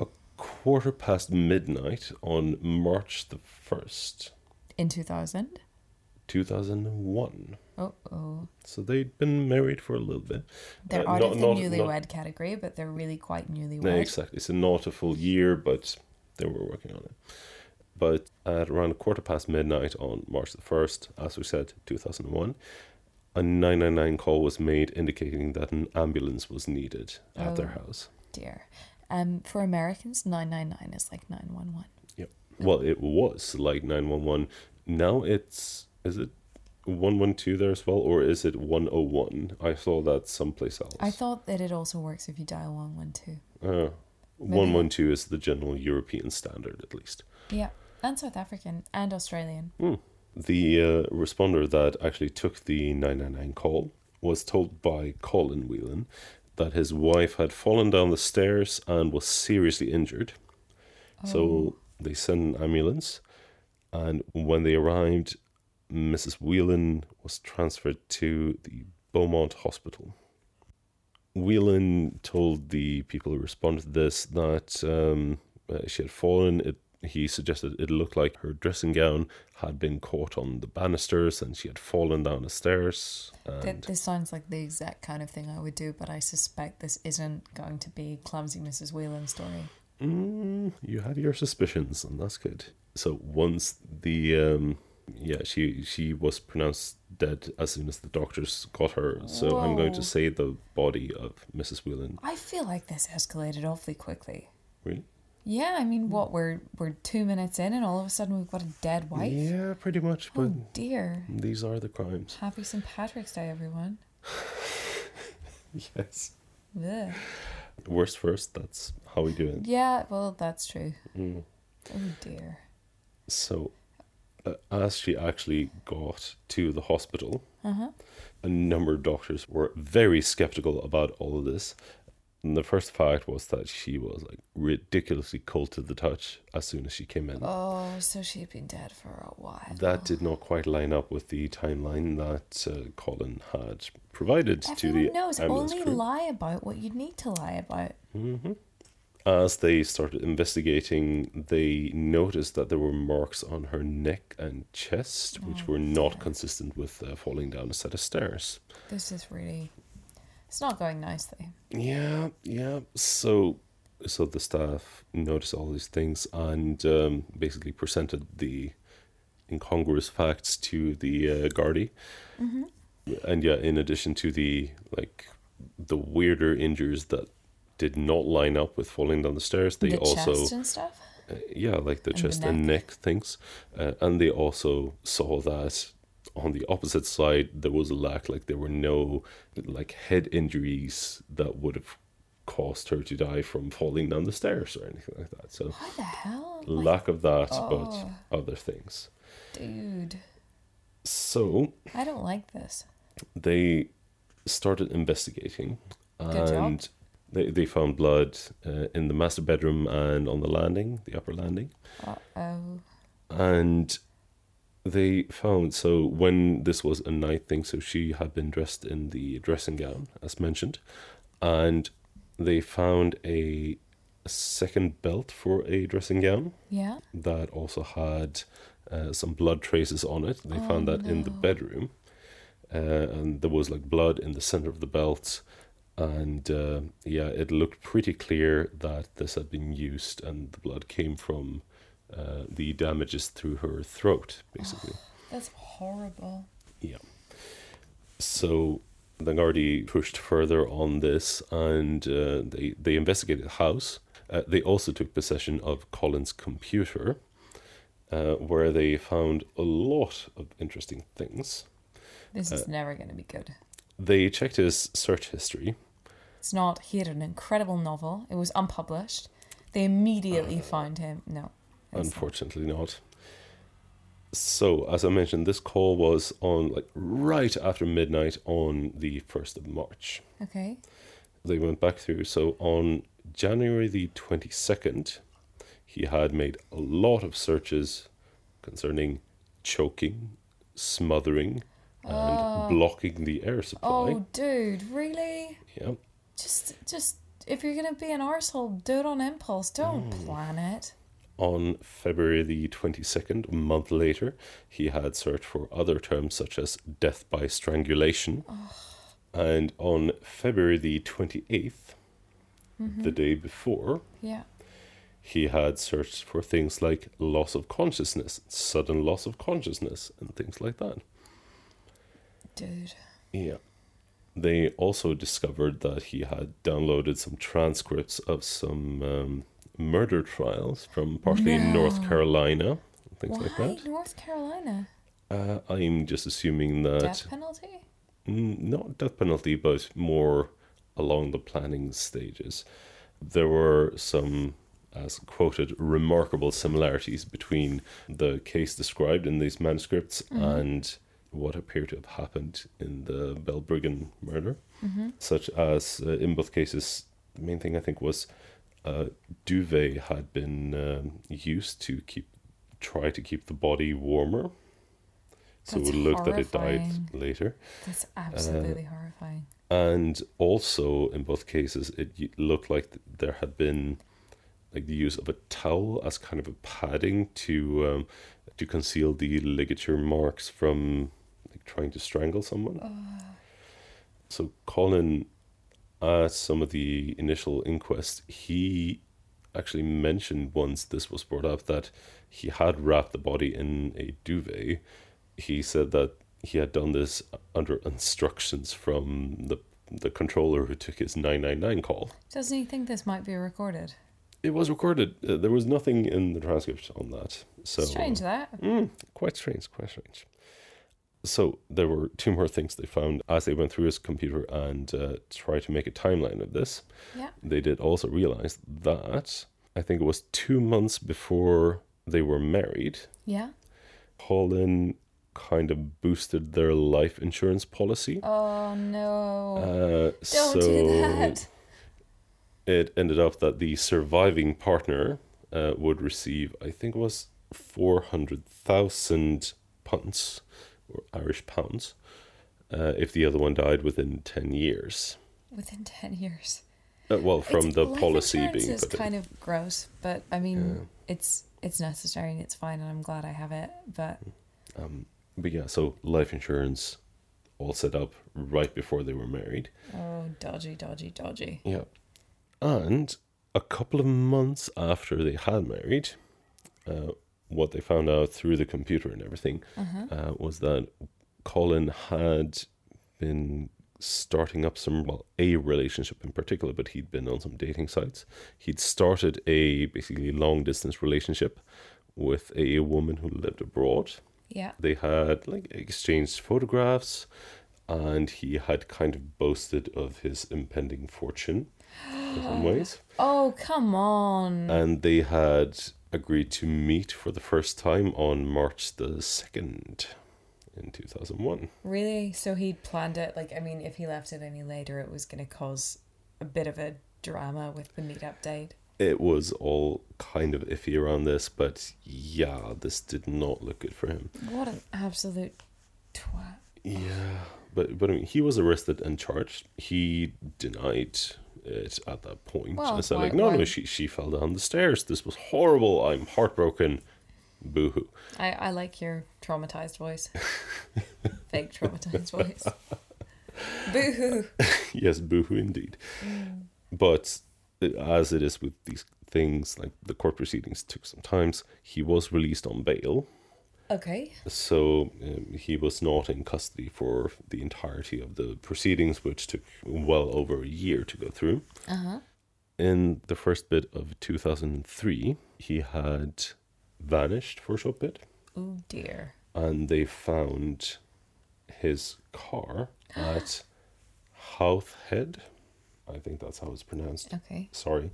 [SPEAKER 2] a quarter past midnight on March the 1st,
[SPEAKER 1] in 2000.
[SPEAKER 2] 2001.
[SPEAKER 1] Oh, oh.
[SPEAKER 2] So they'd been married for a little bit.
[SPEAKER 1] They're
[SPEAKER 2] Uh,
[SPEAKER 1] out
[SPEAKER 2] not-
[SPEAKER 1] of the
[SPEAKER 2] not-
[SPEAKER 1] newlywed
[SPEAKER 2] not-
[SPEAKER 1] category, but they're really quite newlywed.
[SPEAKER 2] No, exactly. It's not a full year, but they were working on it. But at around a quarter past midnight on March the 1st, as we said, 2001, a 999 call was made indicating that an ambulance was needed at their house.
[SPEAKER 1] Dear. Um, for Americans, 999 is like 911.
[SPEAKER 2] Yep. Well, it was like 911. Now it's is it 112 there as well or is it 101? I saw that someplace else.
[SPEAKER 1] I thought that it also works if you dial 112.
[SPEAKER 2] uh, 112 is the general European standard at least.
[SPEAKER 1] Yeah. And South African and Australian.
[SPEAKER 2] The uh, responder that actually took the 999 call was told by Colin Whelan that his wife had fallen down the stairs and was seriously injured. So they sent an ambulance, and when they arrived, Mrs. Whelan was transferred to the Beaumont Hospital. Whelan told the people who responded to this that um, uh, she had fallen. It, he suggested it looked like her dressing gown had been caught on the banisters and she had fallen down the stairs. And
[SPEAKER 1] Th- this sounds like the exact kind of thing I would do, but I suspect this isn't going to be Clumsy Mrs. Whelan's story.
[SPEAKER 2] mm, you had your suspicions, and that's good. So once the um, yeah, she she was pronounced dead as soon as the doctors got her. So I'm going
[SPEAKER 1] Whoa.
[SPEAKER 2] to say the body of Mrs. Whelan.
[SPEAKER 1] I feel like this escalated awfully quickly.
[SPEAKER 2] Really?
[SPEAKER 1] Yeah, I mean, what we're we're two minutes in, and all of a sudden we've got a dead wife.
[SPEAKER 2] Yeah, pretty much. But
[SPEAKER 1] Oh dear!
[SPEAKER 2] these are the crimes.
[SPEAKER 1] Happy St. Patrick's Day, everyone.
[SPEAKER 2] Yes.
[SPEAKER 1] Ugh.
[SPEAKER 2] Worst first. That's how we do it.
[SPEAKER 1] Yeah, well, that's true.
[SPEAKER 2] Mm.
[SPEAKER 1] Oh dear.
[SPEAKER 2] So, uh, as she actually got to the hospital,
[SPEAKER 1] Uh-huh.
[SPEAKER 2] a number of doctors were very skeptical about all of this. And the first fact was that she was like ridiculously cold to the touch as soon as she came in.
[SPEAKER 1] Oh, so she'd been dead for a while.
[SPEAKER 2] That did not quite line up with the timeline that uh, Colin had provided
[SPEAKER 1] Everyone
[SPEAKER 2] to the
[SPEAKER 1] knows.
[SPEAKER 2] ambulance
[SPEAKER 1] Only
[SPEAKER 2] crew.
[SPEAKER 1] lie about what you need to lie about.
[SPEAKER 2] As they started investigating, they noticed that there were marks on her neck and chest, which
[SPEAKER 1] Oh,
[SPEAKER 2] were not consistent with uh, falling down a set of stairs.
[SPEAKER 1] This is really. It's not going nicely.
[SPEAKER 2] Yeah, yeah. So, so the staff noticed all these things and um, basically presented the incongruous facts to the uh, guardie.
[SPEAKER 1] Mm-hmm.
[SPEAKER 2] And yeah, in addition to the like the weirder injuries that did not line up with falling down the stairs, they
[SPEAKER 1] the
[SPEAKER 2] also
[SPEAKER 1] chest and stuff.
[SPEAKER 2] uh, yeah, like the
[SPEAKER 1] the
[SPEAKER 2] chest and neck things. Uh, and they also saw that on the opposite side, there was a lack, like there were no like head injuries that would have caused her to die from falling down the stairs or anything like that. So
[SPEAKER 1] Why the hell, Like,
[SPEAKER 2] lack of that,
[SPEAKER 1] Oh.
[SPEAKER 2] but other things.
[SPEAKER 1] dude?
[SPEAKER 2] So
[SPEAKER 1] I don't like this.
[SPEAKER 2] they started investigating
[SPEAKER 1] Good job.
[SPEAKER 2] and they, they found blood uh, in the master bedroom and on the landing, the upper landing.
[SPEAKER 1] Uh oh.
[SPEAKER 2] and they found so when this was a night thing so she had been dressed in the dressing gown as mentioned and they found a, a second belt for a dressing gown
[SPEAKER 1] Yeah.
[SPEAKER 2] that also had uh, some blood traces on it they found that in the bedroom uh, and there was like blood in the center of the belt and uh, yeah it looked pretty clear that this had been used and the blood came from uh, the damages through her throat basically
[SPEAKER 1] That's horrible.
[SPEAKER 2] yeah. So the Guardi pushed further on this and uh, they, they investigated the house. Uh, they also took possession of Colin's computer, uh, where they found a lot of interesting things.
[SPEAKER 1] This
[SPEAKER 2] Uh.
[SPEAKER 1] is never going to be good.
[SPEAKER 2] They checked his search history.
[SPEAKER 1] It's not. He had an incredible novel. It was unpublished. They immediately
[SPEAKER 2] Uh.
[SPEAKER 1] found him. No. it's not.
[SPEAKER 2] Unfortunately, not. So, as I mentioned, this call was on like right after midnight on the 1st of March.
[SPEAKER 1] Okay.
[SPEAKER 2] they went back through. So on January the 22nd, he had made a lot of searches concerning choking, smothering, and blocking the air supply.
[SPEAKER 1] Oh, dude, really?
[SPEAKER 2] Yeah.
[SPEAKER 1] Just, just if you're gonna be an arsehole, do it on impulse. Don't
[SPEAKER 2] Mm.
[SPEAKER 1] plan it.
[SPEAKER 2] On February the 22nd, a month later, he had searched for other terms such as death by strangulation. And on February the 28th, the day before,
[SPEAKER 1] Yeah.
[SPEAKER 2] he had searched for things like loss of consciousness, sudden loss of consciousness, and things like that.
[SPEAKER 1] Dude.
[SPEAKER 2] Yeah. They also discovered that he had downloaded some transcripts of some um, murder trials from partly in North Carolina, and things
[SPEAKER 1] Why
[SPEAKER 2] like that.
[SPEAKER 1] North Carolina?
[SPEAKER 2] Uh, I'm just assuming that
[SPEAKER 1] Death penalty?
[SPEAKER 2] Mm, not death penalty, but more along the planning stages. There were some, as quoted, remarkable similarities between the case described in these manuscripts
[SPEAKER 1] Mm-hmm.
[SPEAKER 2] and what appeared to have happened in the Belbriggan murder,
[SPEAKER 1] Mm-hmm.
[SPEAKER 2] such as uh, in both cases, the main thing I think was uh, duvet had been um, used to keep try to keep the body warmer. So
[SPEAKER 1] That's
[SPEAKER 2] it would look that it died
[SPEAKER 1] horrifying.
[SPEAKER 2] later
[SPEAKER 1] That's absolutely horrifying.
[SPEAKER 2] and also in both cases it y- looked like th- there had been like the use of a towel as kind of a padding to um, to conceal the ligature marks from like trying to strangle someone uh, so colin at some of the initial inquest he actually mentioned once this was brought up that he had wrapped the body in a duvet. He said that he had done this under instructions from the the controller who took his 999 call.
[SPEAKER 1] Doesn't he think this might be recorded?
[SPEAKER 2] It was recorded. Uh, there was nothing in the transcript on that. So
[SPEAKER 1] Strange that.
[SPEAKER 2] Mm, quite strange, quite strange. So there were two more things they found as they went through his computer and uh, tried to make a timeline of this.
[SPEAKER 1] Yeah.
[SPEAKER 2] They did also realize that I think it was two months before they were married,
[SPEAKER 1] Yeah.
[SPEAKER 2] Colin kind of boosted their life insurance policy.
[SPEAKER 1] Oh no.
[SPEAKER 2] Uh,
[SPEAKER 1] Don't
[SPEAKER 2] so
[SPEAKER 1] do that.
[SPEAKER 2] it ended up that the surviving partner uh, would receive, I think it was 400,000 punts or Irish pounds uh, if the other one died within 10 years.
[SPEAKER 1] Within 10 years.
[SPEAKER 2] Uh, well, from
[SPEAKER 1] It's-
[SPEAKER 2] the
[SPEAKER 1] life
[SPEAKER 2] policy
[SPEAKER 1] insurance
[SPEAKER 2] being
[SPEAKER 1] is
[SPEAKER 2] put in.
[SPEAKER 1] kind of gross, but I mean, it's it's necessary and it's fine, and I'm glad I have it. But
[SPEAKER 2] But yeah, so life insurance all set up right before they were married.
[SPEAKER 1] oh, dodgy, dodgy, dodgy.
[SPEAKER 2] Yeah. And a couple of months after they had married, uh, what they found out through the computer and everything uh, was that Colin had been starting up some, well, a relationship in particular, but he'd been on some dating sites. He'd started a basically long distance relationship with a woman who lived abroad
[SPEAKER 1] Yeah.
[SPEAKER 2] they had like exchanged photographs and he had kind of boasted of his impending fortune in some ways
[SPEAKER 1] Oh, come on.
[SPEAKER 2] and they had agreed to meet for the first time on march the 2nd in 2001
[SPEAKER 1] Really? So he planned it. Like, I mean, if he left it any later, it was going to cause a bit of a drama with the meetup date.
[SPEAKER 2] it was all kind of iffy around this but yeah this did not look good for him
[SPEAKER 1] What an absolute twat.
[SPEAKER 2] yeah but but i mean he was arrested and charged he denied it at that point
[SPEAKER 1] Well,
[SPEAKER 2] and said
[SPEAKER 1] why-
[SPEAKER 2] like no
[SPEAKER 1] why-
[SPEAKER 2] no she she fell down the stairs this was horrible i'm heartbroken boo-hoo
[SPEAKER 1] I, I like your traumatized voice. Fake traumatized voice. Boo hoo.
[SPEAKER 2] yes boo-hoo indeed
[SPEAKER 1] Mm.
[SPEAKER 2] but uh, as it is with these things like the court proceedings took some times he was released on bail
[SPEAKER 1] Okay.
[SPEAKER 2] so um, he was not in custody for the entirety of the proceedings which took well over a year to go through
[SPEAKER 1] Uh huh.
[SPEAKER 2] in the first bit of 2003, he had vanished for a short bit,
[SPEAKER 1] Oh dear.
[SPEAKER 2] and they found his car at Howth Head. I think that's how it's pronounced.
[SPEAKER 1] Okay.
[SPEAKER 2] Sorry,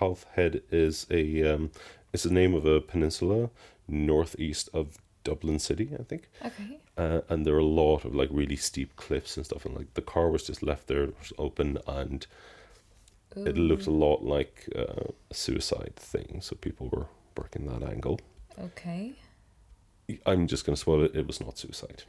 [SPEAKER 2] Howth Head is a um, it's the name of a peninsula northeast of Dublin city, I think.
[SPEAKER 1] Okay.
[SPEAKER 2] Uh, and there are a lot of like really steep cliffs and stuff, and like the car was just left there, it was open, and it looked a lot like uh, a suicide thing. So people were working that angle.
[SPEAKER 1] Okay.
[SPEAKER 2] I'm just gonna spoil it. It was not suicide.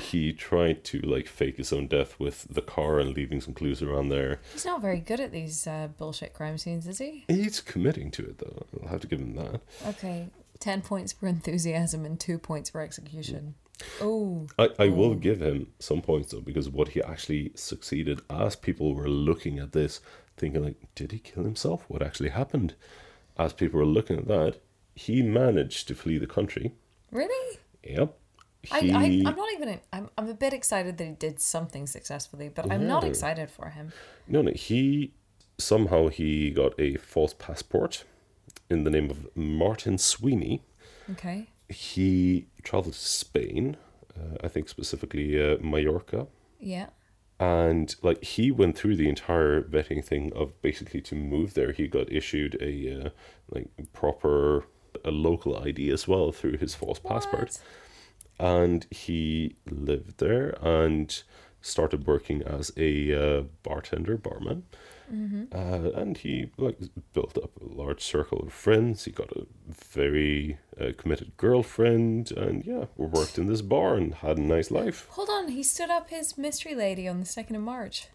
[SPEAKER 2] he tried to like fake his own death with the car and leaving some clues around there.
[SPEAKER 1] He's not very good at these uh, bullshit crime scenes, is he?
[SPEAKER 2] He's committing to it though. I'll have to give him that.
[SPEAKER 1] Okay. Ten points for enthusiasm and two points for execution. Oh.
[SPEAKER 2] I, I will give him some points though because what he actually succeeded as people were looking at this thinking like did he kill himself what actually happened as people were looking at that he managed to flee the country
[SPEAKER 1] Really?
[SPEAKER 2] yep
[SPEAKER 1] I,
[SPEAKER 2] he,
[SPEAKER 1] I, I'm not even. I'm, I'm a bit excited that he did something successfully, but I'm not
[SPEAKER 2] Yeah.
[SPEAKER 1] excited for him.
[SPEAKER 2] no no he somehow he got a false passport in the name of Martin Sweeney
[SPEAKER 1] Okay.
[SPEAKER 2] he traveled to Spain uh, I think specifically uh, Mallorca
[SPEAKER 1] Yeah.
[SPEAKER 2] and like he went through the entire vetting thing of basically to move there he got issued a uh, like proper a local id as well through his false passport
[SPEAKER 1] What?
[SPEAKER 2] and he lived there and started working as a uh, bartender barman uh, and he like built up a large circle of friends he got a very uh, committed girlfriend and yeah worked in this bar and had a nice life
[SPEAKER 1] Hold on. He stood up his mystery lady on the second of March.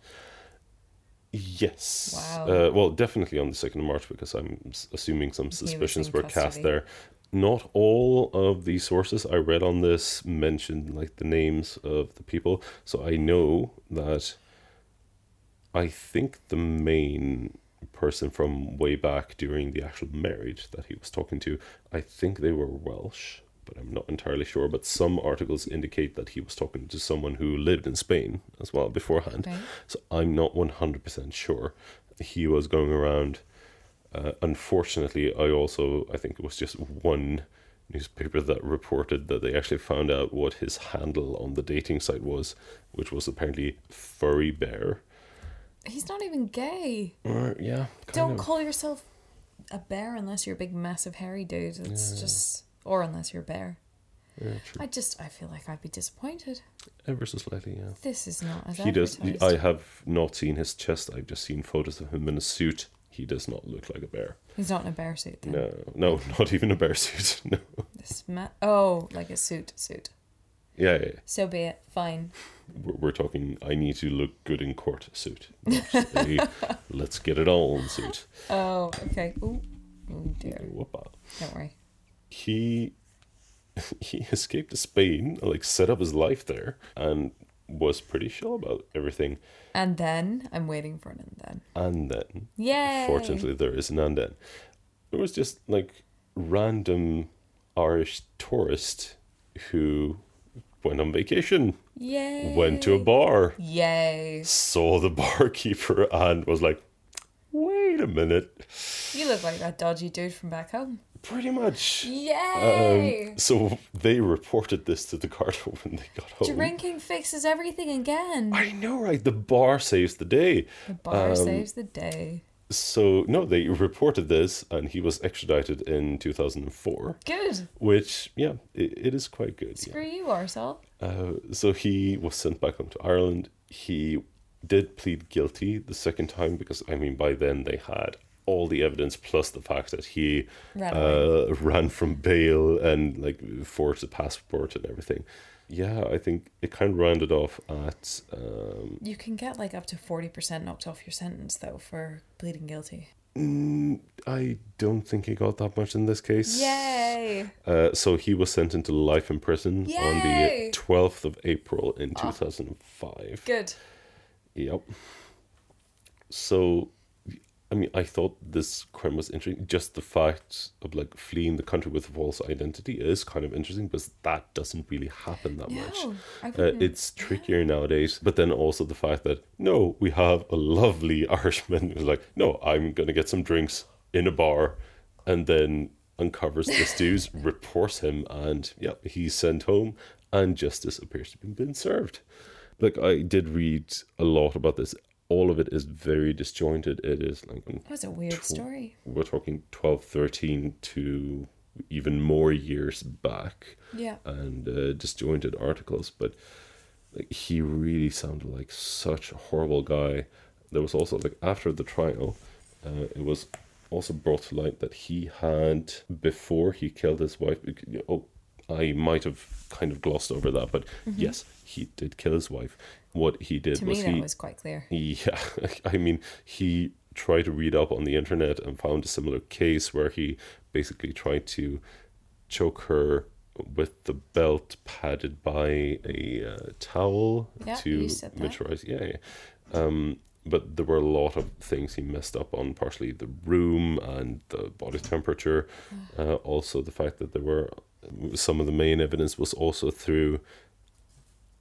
[SPEAKER 2] Yes.
[SPEAKER 1] Wow.
[SPEAKER 2] Uh, well, definitely on the 2nd of March because I'm s- assuming some suspicions
[SPEAKER 1] in
[SPEAKER 2] were cast
[SPEAKER 1] custody.
[SPEAKER 2] there. Not all of the sources I read on this mentioned like the names of the people, so I know that I think the main person from way back during the actual marriage that he was talking to. I think they were Welsh, but I'm not entirely sure. But some articles indicate that he was talking to someone who lived in Spain as well beforehand.
[SPEAKER 1] Right.
[SPEAKER 2] So I'm not 100% sure. He was going around. Uh, unfortunately, I also, I think it was just one newspaper that reported that they actually found out what his handle on the dating site was, which was apparently Furry Bear.
[SPEAKER 1] He's not even gay.
[SPEAKER 2] Or, yeah. kind
[SPEAKER 1] Don't
[SPEAKER 2] of.
[SPEAKER 1] call yourself a bear unless you're a big, massive, hairy dude. It's just, or unless you're a bear.
[SPEAKER 2] Yeah, true.
[SPEAKER 1] I just, I feel like I'd be disappointed.
[SPEAKER 2] Ever so slightly, yeah.
[SPEAKER 1] This is not as
[SPEAKER 2] He does.
[SPEAKER 1] advertised.
[SPEAKER 2] I have not seen his chest. I've just seen photos of him in a suit. He does not look like a bear.
[SPEAKER 1] He's not in a bear suit. Then.
[SPEAKER 2] No, no, not even a bear suit. No.
[SPEAKER 1] This ma- oh, like a suit, suit.
[SPEAKER 2] Yeah, yeah, yeah.
[SPEAKER 1] So be it. Fine.
[SPEAKER 2] We're, we're talking. I need to look good in court suit. Not a let's get it on suit.
[SPEAKER 1] Oh, okay. Ooh. Oh dear.
[SPEAKER 2] Whoopah.
[SPEAKER 1] Don't worry.
[SPEAKER 2] he he escaped to Spain, like set up his life there, and was pretty sure about everything.
[SPEAKER 1] And then I'm waiting for an and then.
[SPEAKER 2] And then,
[SPEAKER 1] Yay!
[SPEAKER 2] fortunately, there is an and then. There was just like random Irish tourist who went on vacation,
[SPEAKER 1] Yay.
[SPEAKER 2] went to a bar,
[SPEAKER 1] Yay.
[SPEAKER 2] saw the barkeeper, and was like, "Wait a minute!"
[SPEAKER 1] You look like that dodgy dude from back home.
[SPEAKER 2] Pretty much.
[SPEAKER 1] Yay.
[SPEAKER 2] Um, so they reported this to the guard when they got home.
[SPEAKER 1] Drinking fixes everything again.
[SPEAKER 2] I know, right? The bar saves the day.
[SPEAKER 1] The bar
[SPEAKER 2] Um,
[SPEAKER 1] saves the day.
[SPEAKER 2] So, no, they reported this and he was extradited in 2004,
[SPEAKER 1] Good.
[SPEAKER 2] which, yeah, it, it is quite good. yeah.
[SPEAKER 1] Screw you, Arsal.
[SPEAKER 2] Uh, so, he was sent back home to Ireland. He did plead guilty the second time because, I mean, by then they had all the evidence plus the fact that he
[SPEAKER 1] Ran
[SPEAKER 2] uh, ran from bail and like forged a passport and everything. Yeah, I think it kind of rounded off at um,
[SPEAKER 1] You can get like up to 40% knocked off your sentence though for pleading guilty.
[SPEAKER 2] I don't think he got that much in this case.
[SPEAKER 1] Yay.
[SPEAKER 2] Uh, so he was sentenced to life in prison on
[SPEAKER 1] Yay! Ah.
[SPEAKER 2] the 12th of April in 2005.
[SPEAKER 1] Good.
[SPEAKER 2] Yep. So, I mean, I thought this crime was interesting. Just the fact of like fleeing the country with false identity is kind of interesting because that doesn't really happen that much.
[SPEAKER 1] No, I
[SPEAKER 2] Uh,
[SPEAKER 1] wouldn't.
[SPEAKER 2] it's trickier nowadays. But then also the fact that no, we have a lovely Irishman who's like, no, I'm gonna get some drinks in a bar, and then uncovers this dude's, reports him, and yeah, he's sent home, and justice appears to have been served. Like I did read a lot about this. All of it is very disjointed. It is like um,
[SPEAKER 1] That was a weird story.
[SPEAKER 2] we're talking 12, 13 to even more years back
[SPEAKER 1] Yeah.
[SPEAKER 2] and uh, disjointed articles, but like, he really sounded like such a horrible guy. There was also like after the trial, uh, it was also brought to light that he had before he killed his wife. bec- Oh, I might have kind of glossed over that, but yes, he did kill his wife. What he did
[SPEAKER 1] Mm-hmm. To
[SPEAKER 2] was
[SPEAKER 1] me,
[SPEAKER 2] he
[SPEAKER 1] that was quite clear.
[SPEAKER 2] yeah, I mean, he tried to read up on the internet and found a similar case where he basically tried to choke her with the belt padded by a uh, towel
[SPEAKER 1] Yeah,
[SPEAKER 2] to
[SPEAKER 1] you said that.
[SPEAKER 2] miniaturize. Yeah, yeah. Um, but there were a lot of things he messed up on, partially the room and the body temperature. Uh, also, the fact that there were uh, some of the main evidence was also through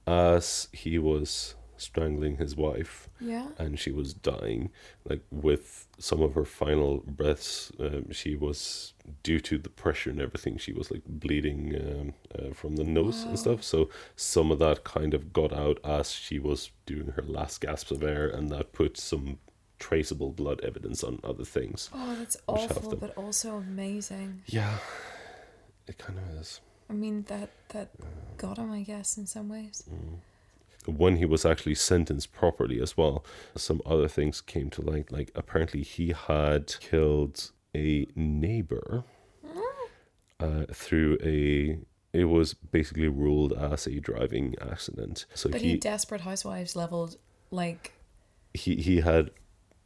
[SPEAKER 2] as he was strangling his wife
[SPEAKER 1] Yeah.
[SPEAKER 2] and she was dying like with some of her final breaths um, she was due to the pressure and everything she was like bleeding um, uh, from the nose and stuff so some of that kind of got out as she was doing her last gasps of air and that put some traceable blood evidence on other things
[SPEAKER 1] Oh, that's
[SPEAKER 2] Which have
[SPEAKER 1] awful,
[SPEAKER 2] them.
[SPEAKER 1] but also amazing.
[SPEAKER 2] yeah it kind of is
[SPEAKER 1] I mean, that that got him, I guess, in some ways.
[SPEAKER 2] when he was actually sentenced properly as well, some other things came to light. Like apparently he had killed a neighbor uh, through a. It was basically ruled as a driving accident. So
[SPEAKER 1] But he, desperate housewives leveled like
[SPEAKER 2] he he had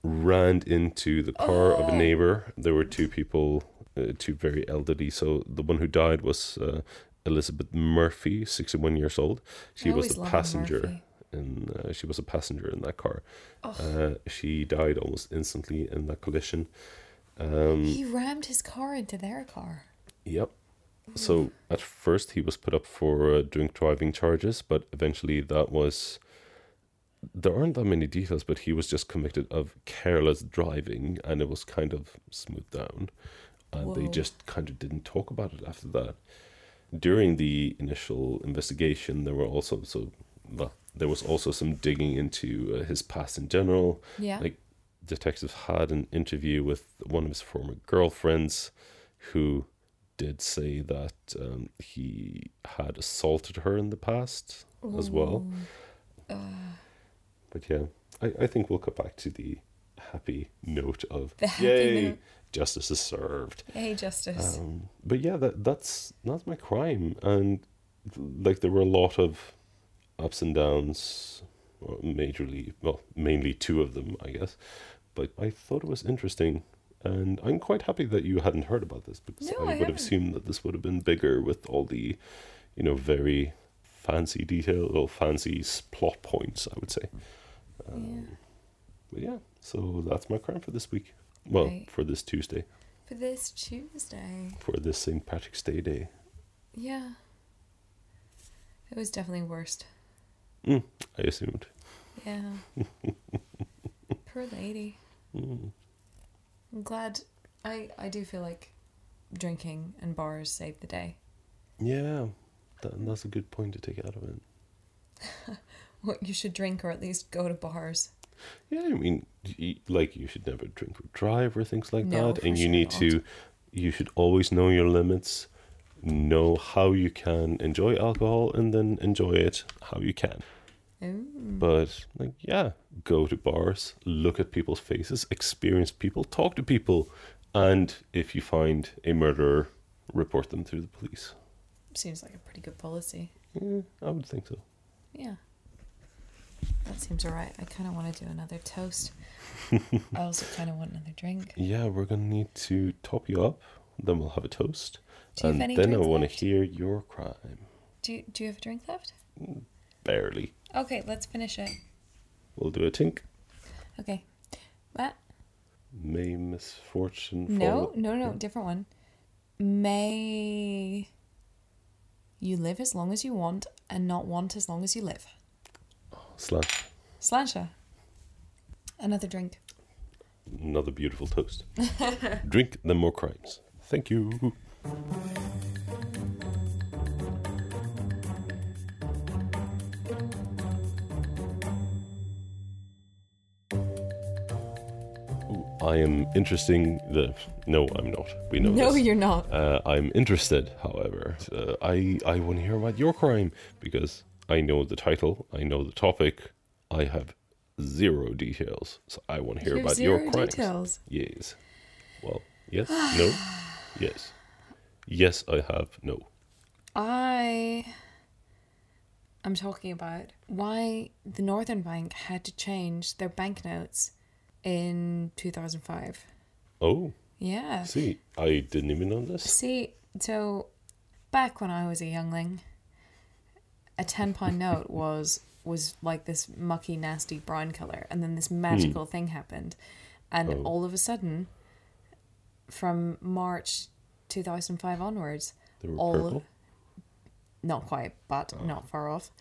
[SPEAKER 2] ran into the car of
[SPEAKER 1] Oh.
[SPEAKER 2] a neighbor. There were two people, uh, two very elderly. So the one who died was uh, Elizabeth Murphy, sixty-one years old. She was
[SPEAKER 1] always
[SPEAKER 2] the
[SPEAKER 1] love a
[SPEAKER 2] passenger.
[SPEAKER 1] Murphy. Oh.
[SPEAKER 2] in uh, she was a passenger in that car. Uh, she died almost instantly in that collision. Um,
[SPEAKER 1] he rammed his car into their car.
[SPEAKER 2] Yep. So at first he was put up for uh, drink driving charges, but eventually that was. There aren't that many details, but he was just convicted of careless driving, and it was kind of smoothed down, and they
[SPEAKER 1] Whoa.
[SPEAKER 2] just kind of didn't talk about it after that. During the initial investigation, there were also so well, there was also some digging into uh, his past in general.
[SPEAKER 1] Yeah.
[SPEAKER 2] like detectives had an interview with one of his former girlfriends who did say that um, he had assaulted her in the past as well. Uh. But yeah, I, I think we'll cut back to the happy note of
[SPEAKER 1] The happy
[SPEAKER 2] yay,
[SPEAKER 1] note.
[SPEAKER 2] justice is served.
[SPEAKER 1] Hey, justice.
[SPEAKER 2] Um, but yeah, that that's that's my crime, and like there were a lot of ups and downs, or majorly, well, mainly two of them, I guess. But I thought it was interesting, and I'm quite happy that you hadn't heard about this because
[SPEAKER 1] No,
[SPEAKER 2] I,
[SPEAKER 1] I
[SPEAKER 2] would have
[SPEAKER 1] haven't.
[SPEAKER 2] assumed that this would have been bigger with all the, you know, very fancy detail or fancy s- plot points. I would say. uh,
[SPEAKER 1] yeah.
[SPEAKER 2] But yeah, so that's my crime for this week. Well,
[SPEAKER 1] Right.
[SPEAKER 2] for this Tuesday,
[SPEAKER 1] For this Tuesday.
[SPEAKER 2] for this St. Patrick's Day day.
[SPEAKER 1] Yeah. It was definitely worst.
[SPEAKER 2] Mm, I assumed.
[SPEAKER 1] Yeah. Poor lady.
[SPEAKER 2] Mm.
[SPEAKER 1] I'm glad. I, I do feel like drinking and bars saved the day.
[SPEAKER 2] Yeah, that, that's a good point to take out of it.
[SPEAKER 1] What you should drink or at least go to bars.
[SPEAKER 2] Yeah, I mean, y- like you should never drink or drive or things like
[SPEAKER 1] No,
[SPEAKER 2] that,
[SPEAKER 1] for
[SPEAKER 2] and you
[SPEAKER 1] sure
[SPEAKER 2] need
[SPEAKER 1] not.
[SPEAKER 2] to, you should always know your limits, know how you can enjoy alcohol, and then enjoy it how you can.
[SPEAKER 1] Ooh.
[SPEAKER 2] But like, yeah, go to bars, look at people's faces, experience people, talk to people, and if you find a murderer, report them to the police.
[SPEAKER 1] Seems like a pretty good policy.
[SPEAKER 2] Yeah, I would think so.
[SPEAKER 1] Yeah. That seems alright. I kind of want to do another toast. I also kind of want another drink.
[SPEAKER 2] Yeah, we're gonna need to top you up. Then we'll have a toast,
[SPEAKER 1] Do you have
[SPEAKER 2] and
[SPEAKER 1] any
[SPEAKER 2] then I
[SPEAKER 1] drinks
[SPEAKER 2] want to
[SPEAKER 1] left?
[SPEAKER 2] hear your crime.
[SPEAKER 1] Do you, do you have a drink left?
[SPEAKER 2] Barely.
[SPEAKER 1] Okay, let's finish it.
[SPEAKER 2] We'll do a tink.
[SPEAKER 1] Okay. What?
[SPEAKER 2] May misfortune
[SPEAKER 1] No,
[SPEAKER 2] follow.
[SPEAKER 1] no, no, different one. May you live as long as you want and not want as long as you live.
[SPEAKER 2] Slash.
[SPEAKER 1] Slancha. Another drink.
[SPEAKER 2] Another beautiful toast. Drink them more crimes. Thank you. Ooh, I am interesting. The no, I'm not. We know.
[SPEAKER 1] No,
[SPEAKER 2] this.
[SPEAKER 1] you're not.
[SPEAKER 2] Uh, I'm interested, however. Uh, I, I want to hear about your crime because I know the title, I know the topic, I have zero details. So I want to hear
[SPEAKER 1] You have
[SPEAKER 2] about your
[SPEAKER 1] zero
[SPEAKER 2] crimes.
[SPEAKER 1] details.
[SPEAKER 2] Yes. Well, yes, no, yes. Yes, I have, no.
[SPEAKER 1] I am talking about why the Northern Bank had to change their banknotes in 2005.
[SPEAKER 2] Oh,
[SPEAKER 1] Yeah.
[SPEAKER 2] see, I didn't even know this.
[SPEAKER 1] See, so back when I was a youngling, a ten pound note was was like this mucky, nasty brown color, and then this
[SPEAKER 2] Hmm.
[SPEAKER 1] magical thing happened, and
[SPEAKER 2] Oh.
[SPEAKER 1] all of a sudden, from March two thousand five onwards,
[SPEAKER 2] They were
[SPEAKER 1] all
[SPEAKER 2] purple.
[SPEAKER 1] not quite, but
[SPEAKER 2] Oh.
[SPEAKER 1] not far off.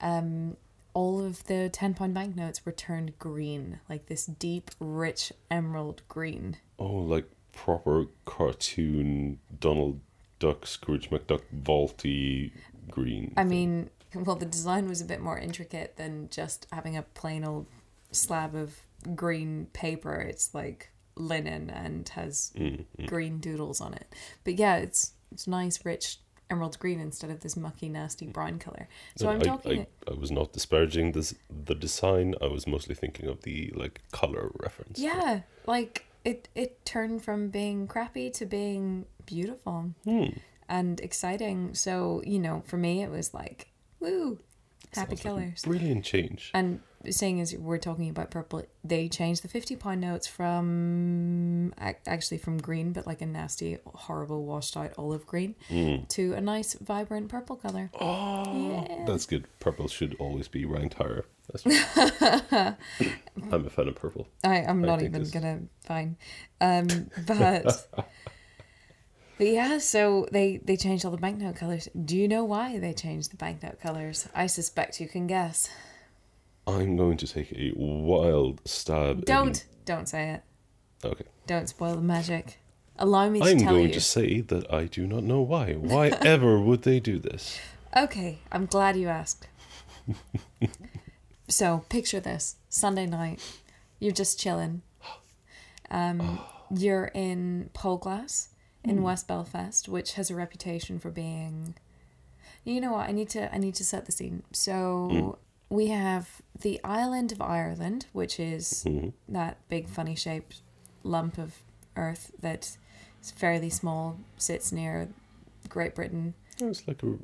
[SPEAKER 1] Um, all of the ten pound banknotes were turned green, like this deep, rich emerald green.
[SPEAKER 2] Oh, like proper cartoon Donald Duck, Scrooge McDuck, vaulty green.
[SPEAKER 1] I mean, well, the design was a bit more intricate than just having a plain old slab of green paper. It's like linen and has
[SPEAKER 2] Mm-hmm.
[SPEAKER 1] green doodles on it. But yeah, it's it's nice, rich emerald green instead of this mucky, nasty brown color. So I'm
[SPEAKER 2] Mm. I-
[SPEAKER 1] talking.
[SPEAKER 2] I, I, was not disparaging this the design. I was mostly thinking of the like color reference.
[SPEAKER 1] yeah, like it it turned from being crappy to being beautiful
[SPEAKER 2] Hmm.
[SPEAKER 1] and exciting. So you know, for me, it was like woo, happy
[SPEAKER 2] Sounds like a
[SPEAKER 1] colors. Uh,
[SPEAKER 2] Brilliant change.
[SPEAKER 1] And seeing as we're talking about purple, they changed the fifty pound notes from ac- actually from green, but like a nasty, horrible, washed out olive green,
[SPEAKER 2] Hmm.
[SPEAKER 1] to a nice, vibrant purple color.
[SPEAKER 2] Oh,
[SPEAKER 1] Yeah.
[SPEAKER 2] that's good. Purple should always be ranked higher. That's right. I'm a fan of purple.
[SPEAKER 1] I, I'm
[SPEAKER 2] I
[SPEAKER 1] not
[SPEAKER 2] think
[SPEAKER 1] even
[SPEAKER 2] this-
[SPEAKER 1] gonna fine. Um, but but yeah, so they they changed all the banknote colors. Do you know why they changed the banknote colors? I suspect you can guess.
[SPEAKER 2] I'm going to take a wild stab. in-
[SPEAKER 1] Don't don't say it.
[SPEAKER 2] Okay.
[SPEAKER 1] Don't spoil the magic. Allow me to
[SPEAKER 2] I'm
[SPEAKER 1] tell
[SPEAKER 2] going
[SPEAKER 1] you.
[SPEAKER 2] to say that I do not know why. Why ever would they do this?
[SPEAKER 1] Okay, I'm glad you asked. so, picture this Sunday night. You're just chilling. Um, you're in Polglass in West Belfast, which has a reputation for being. You know what? I need to I need to set the scene. So we have the island of Ireland, which is that big funny shaped lump of earth that's fairly small, sits near Great Britain.
[SPEAKER 2] It's like a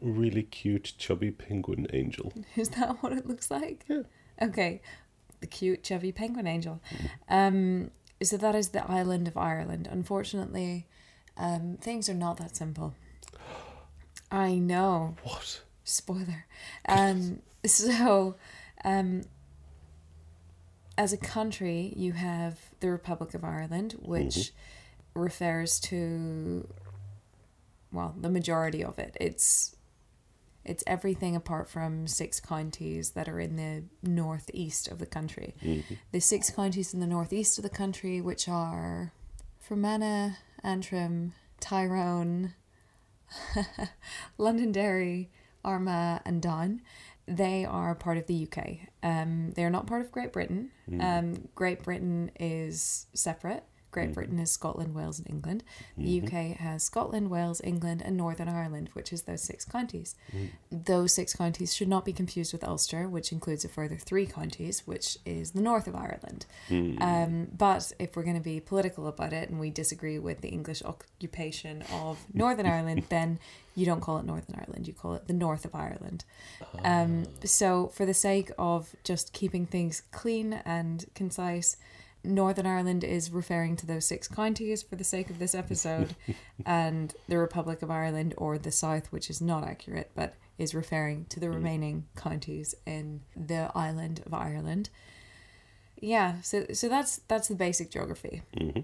[SPEAKER 2] really cute, chubby penguin angel.
[SPEAKER 1] Is that what it looks like?
[SPEAKER 2] Yeah.
[SPEAKER 1] Okay. The cute, chubby penguin angel. Um, so that is the island of Ireland. Unfortunately, um, things are not that simple. I know.
[SPEAKER 2] What?
[SPEAKER 1] Spoiler. Um, so, um, as a country, you have the Republic of Ireland, which refers to, well, the majority of it. It's it's everything apart from six counties that are in the northeast of the country. The six counties in the northeast of the country, which are Fermanagh, Antrim, Tyrone, Londonderry, Armagh, and Down. They are part of the UK. Um, they are not part of Great Britain. Um, Great Britain is separate. Great Britain is Scotland, Wales, and England. The UK has Scotland, Wales, England, and Northern Ireland, which is those six counties. Those six counties should not be confused with Ulster, which includes a further three counties, which is the north of Ireland. Um, but if we're going to be political about it and we disagree with the English occupation of Northern Ireland, then you don't call it Northern Ireland, you call it the north of Ireland. Um, so, for the sake of just keeping things clean and concise, Northern Ireland is referring to those six counties for the sake of this episode, and the Republic of Ireland or the South, which is not accurate, but is referring to the remaining counties in the island of Ireland. Yeah, so so that's that's the basic geography.
[SPEAKER 2] Mm-hmm,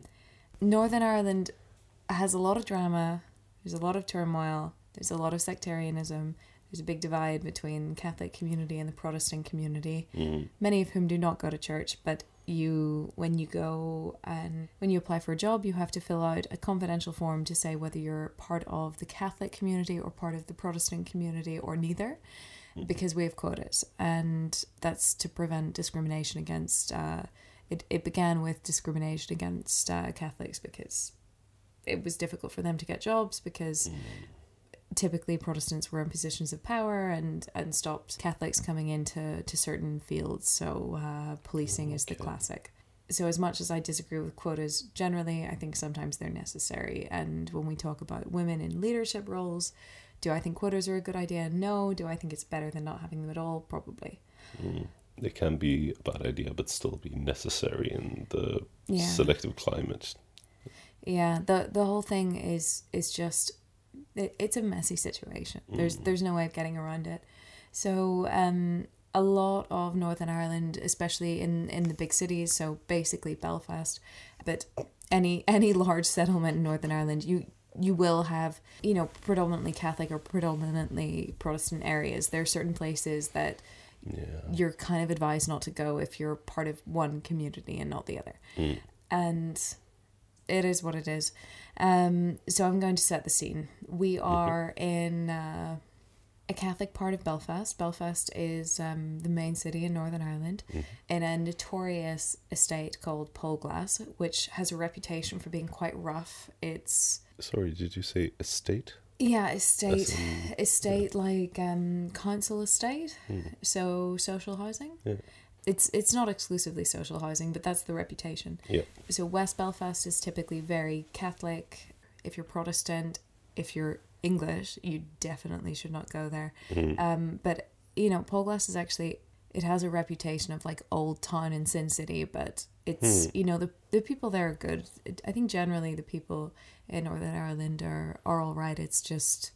[SPEAKER 1] Northern Ireland has a lot of drama. There's a lot of turmoil. There's a lot of sectarianism. There's a big divide between the Catholic community and the Protestant community,
[SPEAKER 2] mm-hmm.
[SPEAKER 1] many of whom do not go to church. But you, when you go and when you apply for a job, you have to fill out a confidential form to say whether you're part of the Catholic community or part of the Protestant community or neither, because we have quotas, and that's to prevent discrimination against. Uh, it, it began with discrimination against uh, Catholics because it was difficult for them to get jobs because typically Protestants were in positions of power and and stopped Catholics coming into to certain fields. So uh, policing is the classic. So as much as I disagree with quotas generally, I think sometimes they're necessary. And when we talk about women in leadership roles, do I think quotas are a good idea? No. Do I think it's better than not having them at all? Probably.
[SPEAKER 2] They can be a bad idea, but still be necessary in the
[SPEAKER 1] Yeah.
[SPEAKER 2] selective climate.
[SPEAKER 1] Yeah, the the whole thing is is just it, it's a messy situation. There's there's no way of getting around it. So um, a lot of Northern Ireland, especially in in the big cities, so basically Belfast, but any any large settlement in Northern Ireland, you you will have you know predominantly Catholic or predominantly Protestant areas. There are certain places that
[SPEAKER 2] Yeah.
[SPEAKER 1] you're kind of advised not to go if you're part of one community and not the other. And it is what it is. Um, so I'm going to set the scene. We are in uh, a Catholic part of Belfast. Belfast is um, the main city in Northern Ireland, in a notorious estate called Polglass, which has a reputation for being quite rough. It's
[SPEAKER 2] Sorry, did you say estate?
[SPEAKER 1] yeah, estate,
[SPEAKER 2] mm,
[SPEAKER 1] estate like um, council estate, so social housing.
[SPEAKER 2] Hmm. Yeah.
[SPEAKER 1] It's it's not exclusively social housing, but that's the reputation.
[SPEAKER 2] Yeah.
[SPEAKER 1] So West Belfast is typically very Catholic. If you're Protestant, if you're English, you definitely should not go there. Um, but you know, Polglass is actually it has a reputation of like old town in Sin City, but
[SPEAKER 2] Hmm.
[SPEAKER 1] it's you know the the people there are good. It- I think generally the people in Northern Ireland are are all right. It's just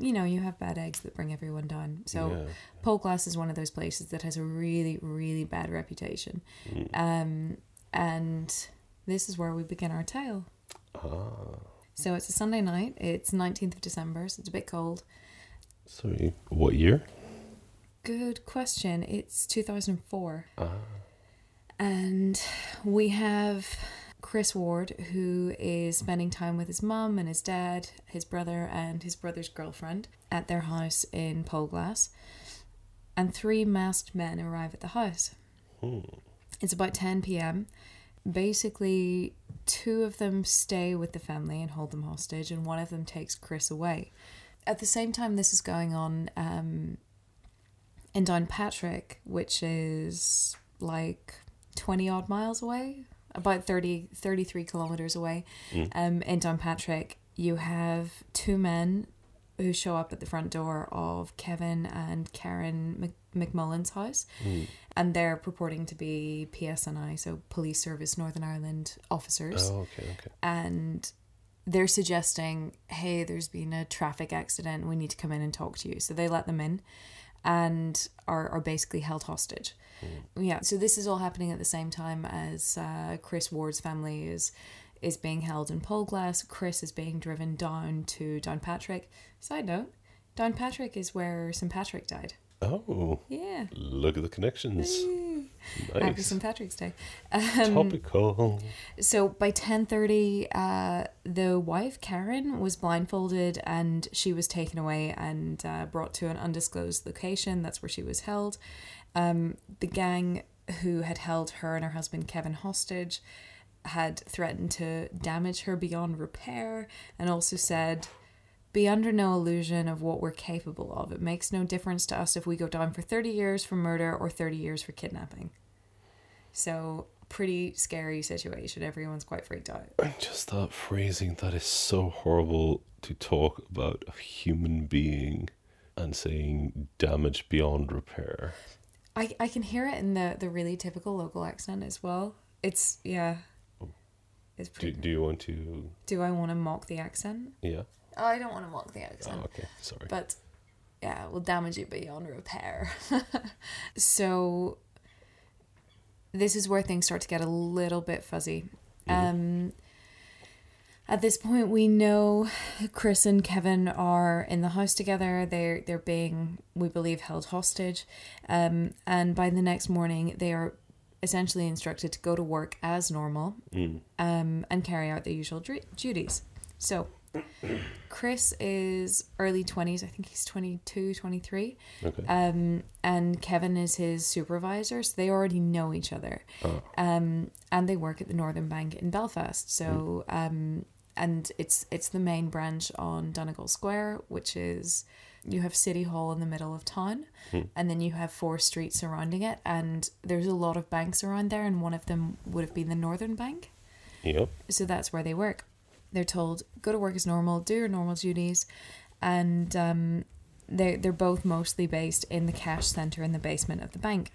[SPEAKER 1] you know, you have bad eggs that bring everyone down. So
[SPEAKER 2] Yeah.
[SPEAKER 1] Pole Glass is one of those places that has a really, really bad reputation.
[SPEAKER 2] Hmm.
[SPEAKER 1] Um, and this is where we begin our tale.
[SPEAKER 2] Ah,
[SPEAKER 1] So it's a Sunday night. It's 19th of December, so it's a bit cold.
[SPEAKER 2] sorry. What year?
[SPEAKER 1] Good question. It's 2004.
[SPEAKER 2] Ah.
[SPEAKER 1] And we have Chris Ward, who is spending time with his mum and his dad, his brother, and his brother's girlfriend at their house in Polglass. And three masked men arrive at the house. It's about 10 p.m. Basically, two of them stay with the family and hold them hostage, and one of them takes Chris away. At the same time, this is going on. Um, in Downpatrick, which is like 20 odd miles away, about 30, 33 kilometers away. Um, in Downpatrick, you have two men who show up at the front door of Kevin and Karen Mc- McMullen's house, and they're purporting to be PSNI, so Police Service Northern Ireland officers
[SPEAKER 2] Oh, okay, okay.
[SPEAKER 1] and they're suggesting, hey, there's been a traffic accident. We need to come in and talk to you. So they let them in and are, are basically held hostage. Yeah. So this is all happening at the same time as uh, Chris Ward's family is is being held in pole glass. Chris is being driven down to Downpatrick. Side note, Downpatrick is where St. Patrick died.
[SPEAKER 2] Oh,
[SPEAKER 1] Yeah.
[SPEAKER 2] look at the connections.
[SPEAKER 1] Happy
[SPEAKER 2] Nice.
[SPEAKER 1] St. Patrick's Day.
[SPEAKER 2] Topical.
[SPEAKER 1] so by 10.30 uh, the wife karen was blindfolded and she was taken away and uh, brought to an undisclosed location that's where she was held um, the gang who had held her and her husband kevin hostage had threatened to damage her beyond repair and also said be under no illusion of what we're capable of. It makes no difference to us if we go down for 30 years for murder or 30 years for kidnapping. So, pretty scary situation. Everyone's quite freaked out.
[SPEAKER 2] And just that phrasing, that is so horrible to talk about a human being and saying damage beyond repair.
[SPEAKER 1] I, I can hear it in the, the really typical local accent as well. It's, yeah. It's
[SPEAKER 2] Do,
[SPEAKER 1] pretty. Do,
[SPEAKER 2] do you want to?
[SPEAKER 1] I want to mock the accent?
[SPEAKER 2] Yeah.
[SPEAKER 1] Oh, I don't want to mock the accent.
[SPEAKER 2] Oh, okay. Sorry.
[SPEAKER 1] Um, But yeah, we'll damage it beyond repair. so this is where things start to get a little bit fuzzy. Um, at this point, we know Chris and Kevin are in the house together. They're they're being, we believe, held hostage. Um, and by the next morning, they are essentially instructed to go to work as normal um, and carry out their usual dr- duties. So Chris is early 20s. I think he's 22, 23.
[SPEAKER 2] Okay.
[SPEAKER 1] Um, and Kevin is his supervisor. So they already know each other. Um, and they work at the Northern Bank in Belfast. So, um, and it's it's the main branch on Donegal Square, which is you have City Hall in the middle of town, and then you have four streets surrounding it. And there's a lot of banks around there, and one of them would have been the Northern Bank.
[SPEAKER 2] Yep.
[SPEAKER 1] So that's where they work. They're told go to work as normal, do your normal duties, and um, they they're both mostly based in the cash center in the basement of the bank.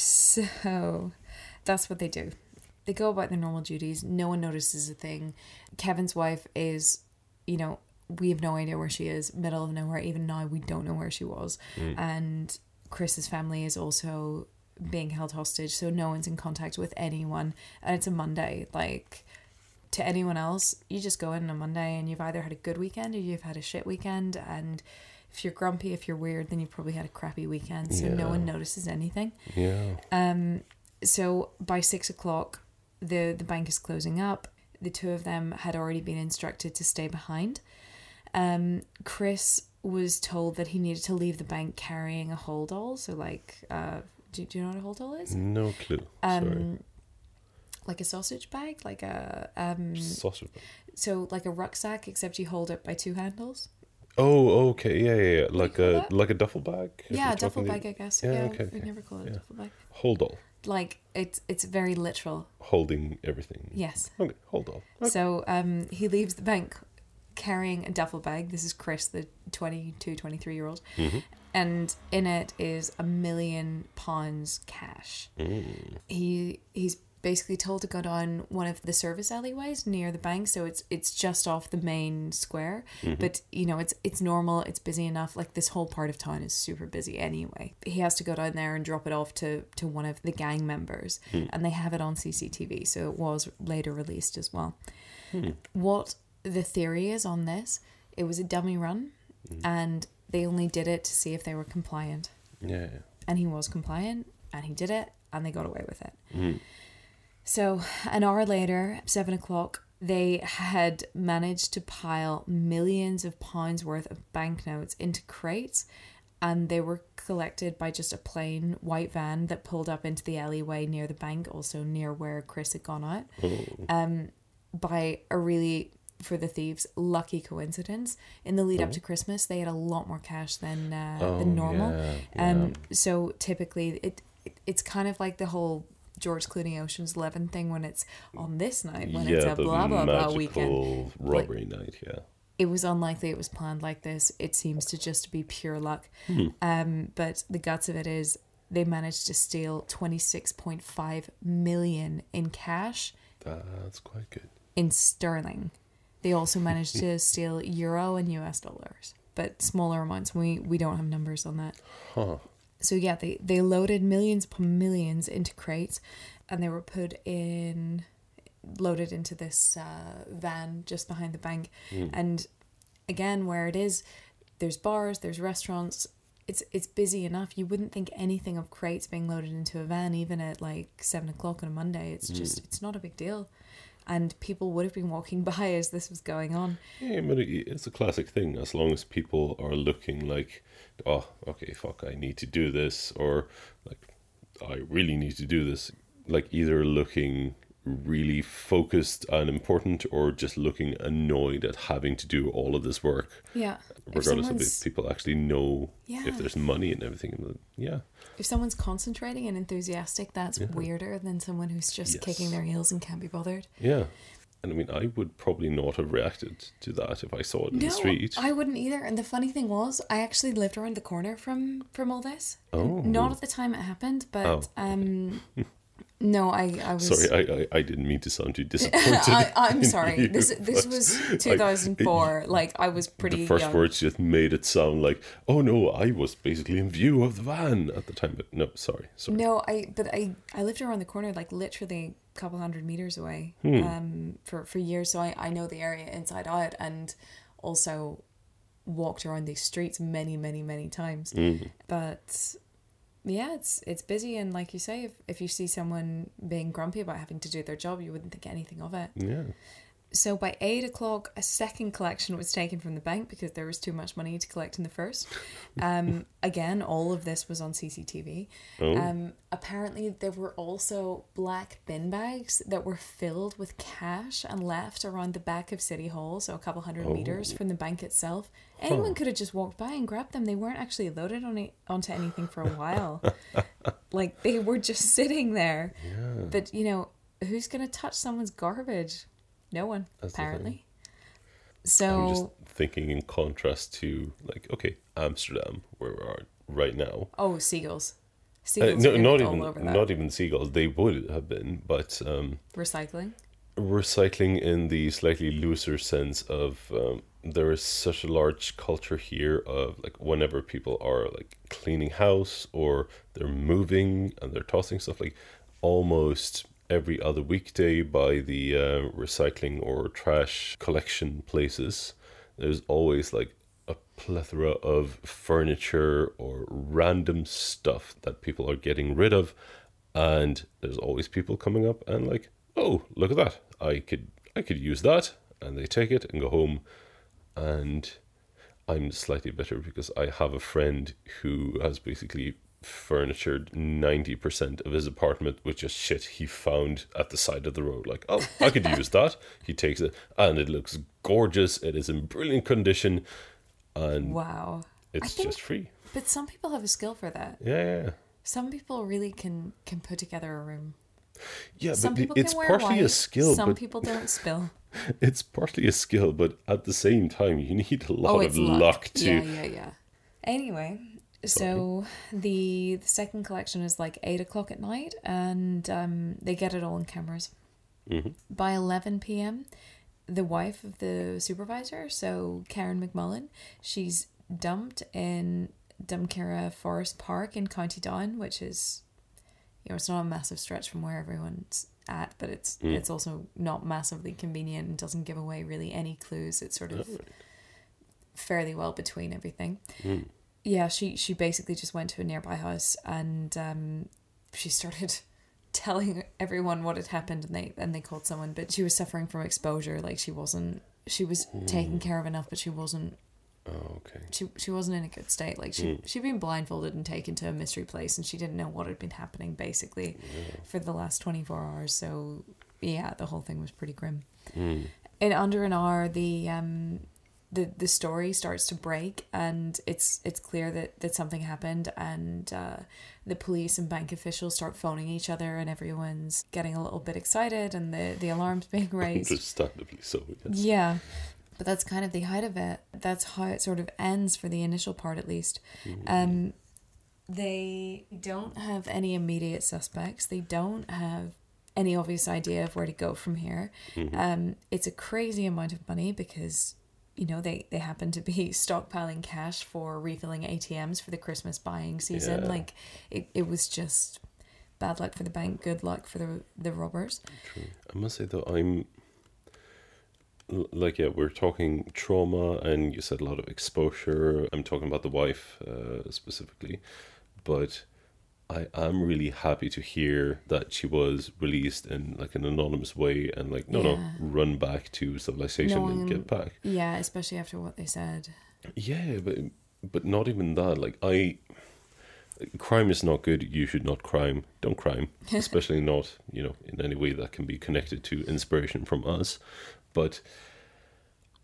[SPEAKER 1] So that's what they do. They go about their normal duties. No one notices a thing. Kevin's wife is, you know, we have no idea where she is. Middle of nowhere. Even now, we don't know where she was. And Chris's family is also being held hostage, so no one's in contact with anyone. And it's a Monday. Like to anyone else, you just go in on a Monday and you've either had a good weekend or you've had a shit weekend. And if you're grumpy, if you're weird, then you probably had a crappy weekend. So no
[SPEAKER 2] Yeah.
[SPEAKER 1] one notices anything
[SPEAKER 2] Yeah.
[SPEAKER 1] so by six o'clock the the bank is closing up the two of them had already been instructed to stay behind um chris was told that he needed to leave the bank carrying a hold all so like uh do, do you know what a hold all is
[SPEAKER 2] No clue.
[SPEAKER 1] um like a sausage bag like a um
[SPEAKER 2] Sorry. Sausage. bun.
[SPEAKER 1] so like a rucksack except you hold it by two handles
[SPEAKER 2] Oh, okay. Yeah, yeah, yeah. Like
[SPEAKER 1] call
[SPEAKER 2] a
[SPEAKER 1] that?
[SPEAKER 2] like a duffel bag. If
[SPEAKER 1] yeah
[SPEAKER 2] we're
[SPEAKER 1] a duffel
[SPEAKER 2] talking
[SPEAKER 1] bag
[SPEAKER 2] the-
[SPEAKER 1] i guess
[SPEAKER 2] yeah,
[SPEAKER 1] yeah,
[SPEAKER 2] okay,
[SPEAKER 1] we
[SPEAKER 2] okay.
[SPEAKER 1] never call it a
[SPEAKER 2] Yeah.
[SPEAKER 1] duffel bag
[SPEAKER 2] Hold all.
[SPEAKER 1] like it's it's very literal
[SPEAKER 2] Holding everything.
[SPEAKER 1] yes
[SPEAKER 2] Okay. Hold all. Okay.
[SPEAKER 1] So um, he leaves the bank carrying a duffel bag. This is Chris, the 22, 23 year old. And in it is a million pounds cash. He He's basically told to go down one of the service alleyways near the bank, so it's it's just off the main square. But you know, it's it's normal, it's busy enough. Like this whole part of town is super busy anyway. He has to go down there and drop it off to to one of the gang members, and they have it on CCTV, so it was later released as well. What the theory is on this? It was a dummy run, and they only did it to see if they were compliant
[SPEAKER 2] Yeah.
[SPEAKER 1] and he was compliant and he did it and they got away with it. So, an hour later, seven o'clock, they had managed to pile millions of pounds worth of banknotes into crates and they were collected by just a plain white van that pulled up into the alleyway near the bank, also near where Chris had gone out Um, by a really for the thieves lucky coincidence in the lead up to christmas they had a lot more cash than uh, than normal
[SPEAKER 2] Oh, yeah,
[SPEAKER 1] um so typically it, it it's kind of like the whole george clooney oceans 11 thing when it's on this night when it's
[SPEAKER 2] yeah,
[SPEAKER 1] a
[SPEAKER 2] the
[SPEAKER 1] blah blah blah weekend
[SPEAKER 2] magical robbery night. Yeah.
[SPEAKER 1] it was unlikely it was planned like this. It seems to just be pure luck.
[SPEAKER 2] Hmm.
[SPEAKER 1] Um, but the guts of it is they managed to steal 26.5 million in cash
[SPEAKER 2] That's quite good.
[SPEAKER 1] in sterling. They also managed to steal euro and US dollars, but smaller amounts. We we don't have numbers on that.
[SPEAKER 2] Huh.
[SPEAKER 1] So yeah, they they loaded millions upon millions into crates, and they were put in, loaded into this uh, van just behind the bank, and again where it is, there's bars, there's restaurants. It's it's busy enough. You wouldn't think anything of crates being loaded into a van, even at like seven o'clock on a Monday. It's just it's not a big deal, and people would have been walking by as this was going on.
[SPEAKER 2] Yeah, but it- it's a classic thing. As long as people are looking like, oh, okay, fuck, I need to do this, or like, I really need to do this. Like, either looking really focused and important, or just looking annoyed at having to do all of this work,
[SPEAKER 1] Yeah, If
[SPEAKER 2] regardless of
[SPEAKER 1] someone's-
[SPEAKER 2] if people actually know
[SPEAKER 1] Yeah.
[SPEAKER 2] if there's money and everything. and then- Yeah,
[SPEAKER 1] If someone's concentrating and enthusiastic, that's weirder than someone who's just
[SPEAKER 2] Yes.
[SPEAKER 1] kicking their heels and can't be bothered.
[SPEAKER 2] yeah. And I mean, I would probably not have reacted to that if I saw it in the street.
[SPEAKER 1] I wouldn't either. And the funny thing was, I actually lived around the corner from from all this.
[SPEAKER 2] Oh.
[SPEAKER 1] Not at the time it happened, but
[SPEAKER 2] Oh.
[SPEAKER 1] um, no, I I was.
[SPEAKER 2] Sorry, I, I, I didn't mean to sound too disappointed.
[SPEAKER 1] I, I'm
[SPEAKER 2] in
[SPEAKER 1] sorry.
[SPEAKER 2] you,
[SPEAKER 1] this this
[SPEAKER 2] but
[SPEAKER 1] was
[SPEAKER 2] I-
[SPEAKER 1] 2004. like I was pretty
[SPEAKER 2] the first
[SPEAKER 1] young.
[SPEAKER 2] words just made it sound like, oh no, I was basically in view of the van at the time. But no, sorry, sorry.
[SPEAKER 1] No, I but I I lived around the corner, like literally a couple hundred meters away, um, for for years. So I I know the area inside out, and also walked around these streets many, many, many times. But yeah, it's it's busy, and like you say, if if you see someone being grumpy about having to do their job, you wouldn't think anything of it.
[SPEAKER 2] Yeah.
[SPEAKER 1] So by eight o'clock, a second collection was taken from the bank because there was too much money to collect in the first. Um, again, all of this was on CCTV.
[SPEAKER 2] Oh.
[SPEAKER 1] Um, apparently, there were also black bin bags that were filled with cash and left around the back of City Hall, so a couple hundred meters from the bank itself. Anyone could have just walked by and grabbed them. They weren't actually loaded on it, onto anything for a while. like they were just sitting there. But you know, who's gonna touch someone's garbage? No one,
[SPEAKER 2] That's the thing.
[SPEAKER 1] apparently.
[SPEAKER 2] I'm
[SPEAKER 1] So
[SPEAKER 2] just thinking in contrast to like, okay, Amsterdam, where we are right now.
[SPEAKER 1] oh, seagulls.
[SPEAKER 2] Uh,
[SPEAKER 1] Seagulls
[SPEAKER 2] no,
[SPEAKER 1] are
[SPEAKER 2] not
[SPEAKER 1] all
[SPEAKER 2] even
[SPEAKER 1] over that.
[SPEAKER 2] not even seagulls. They would have been, but um,
[SPEAKER 1] Recycling.
[SPEAKER 2] recycling in the slightly looser sense of um, there is such a large culture here of like whenever people are like cleaning house or they're moving and they're tossing stuff like almost every other weekday by the uh, recycling or trash collection places there's always like a plethora of furniture or random stuff that people are getting rid of and there's always people coming up and like oh look at that i could i could use that and they take it and go home and i'm slightly bitter because i have a friend who has basically furnitured 90% of his apartment with just shit he found at the side of the road like oh i could use that he takes it and it looks gorgeous it is in brilliant condition and
[SPEAKER 1] Wow. I
[SPEAKER 2] it's
[SPEAKER 1] think,
[SPEAKER 2] just free
[SPEAKER 1] but some people have a skill for that.
[SPEAKER 2] yeah yeah, yeah.
[SPEAKER 1] Some people really can can put together a room.
[SPEAKER 2] Yeah,
[SPEAKER 1] Some
[SPEAKER 2] but the-
[SPEAKER 1] people can
[SPEAKER 2] it's
[SPEAKER 1] wear
[SPEAKER 2] partly
[SPEAKER 1] white.
[SPEAKER 2] a skill.
[SPEAKER 1] Some
[SPEAKER 2] but
[SPEAKER 1] people don't spill.
[SPEAKER 2] it's partly a skill, but at the same time, you need a lot
[SPEAKER 1] oh,
[SPEAKER 2] of
[SPEAKER 1] it's luck.
[SPEAKER 2] luck, to.
[SPEAKER 1] Yeah, yeah, yeah. Anyway, So the the second collection is like eight o'clock at night, and um, they get it all on cameras. By eleven p.m., the wife of the supervisor, so Karen McMullen, she's dumped in Dumkira Forest Park in County Down, which is, you know, it's not a massive stretch from where everyone's at, but it's it's also not massively convenient and doesn't give away really any clues. It's sort of fairly well between everything. Yeah, she she basically just went to a nearby house and um, she started telling everyone what had happened, and they and they called someone. But she was suffering from exposure. Like she wasn't. She was taken care of enough, but she wasn't.
[SPEAKER 2] Oh, okay.
[SPEAKER 1] She she wasn't in a good state. Like she she'd been blindfolded and taken to a mystery place, and she didn't know what had been happening basically for the last twenty four hours. So yeah, the whole thing was pretty grim in under an hour the um the the story starts to break and it's it's clear that that something happened and uh, the police and bank officials start phoning each other and everyone's getting a little bit excited and the the alarms being raised
[SPEAKER 2] Understandably so. Yes.
[SPEAKER 1] yeah but that's kind of the height of it that's how it sort of ends for the initial part at least um they don't have any immediate suspects they don't have any obvious idea of where to go from here um it's a crazy amount of money because you know they they happen to be stockpiling cash for refilling atms for the christmas buying season
[SPEAKER 2] Yeah.
[SPEAKER 1] like it, it was just bad luck for the bank good luck for the the robbers
[SPEAKER 2] I must say though, I'm l- like yeah, we're talking trauma, and you said a lot of exposure. I'm talking about the wife uh, specifically, but I am really happy to hear that she was released in like an anonymous way, and like no, no,
[SPEAKER 1] Yeah.
[SPEAKER 2] run back to civilization
[SPEAKER 1] No,
[SPEAKER 2] and
[SPEAKER 1] I'm-
[SPEAKER 2] get back.
[SPEAKER 1] yeah especially after what they said
[SPEAKER 2] Yeah, but but not even that. Like I, crime is not good. You should not crime. Don't crime, especially not you know in any way that can be connected to inspiration from us. But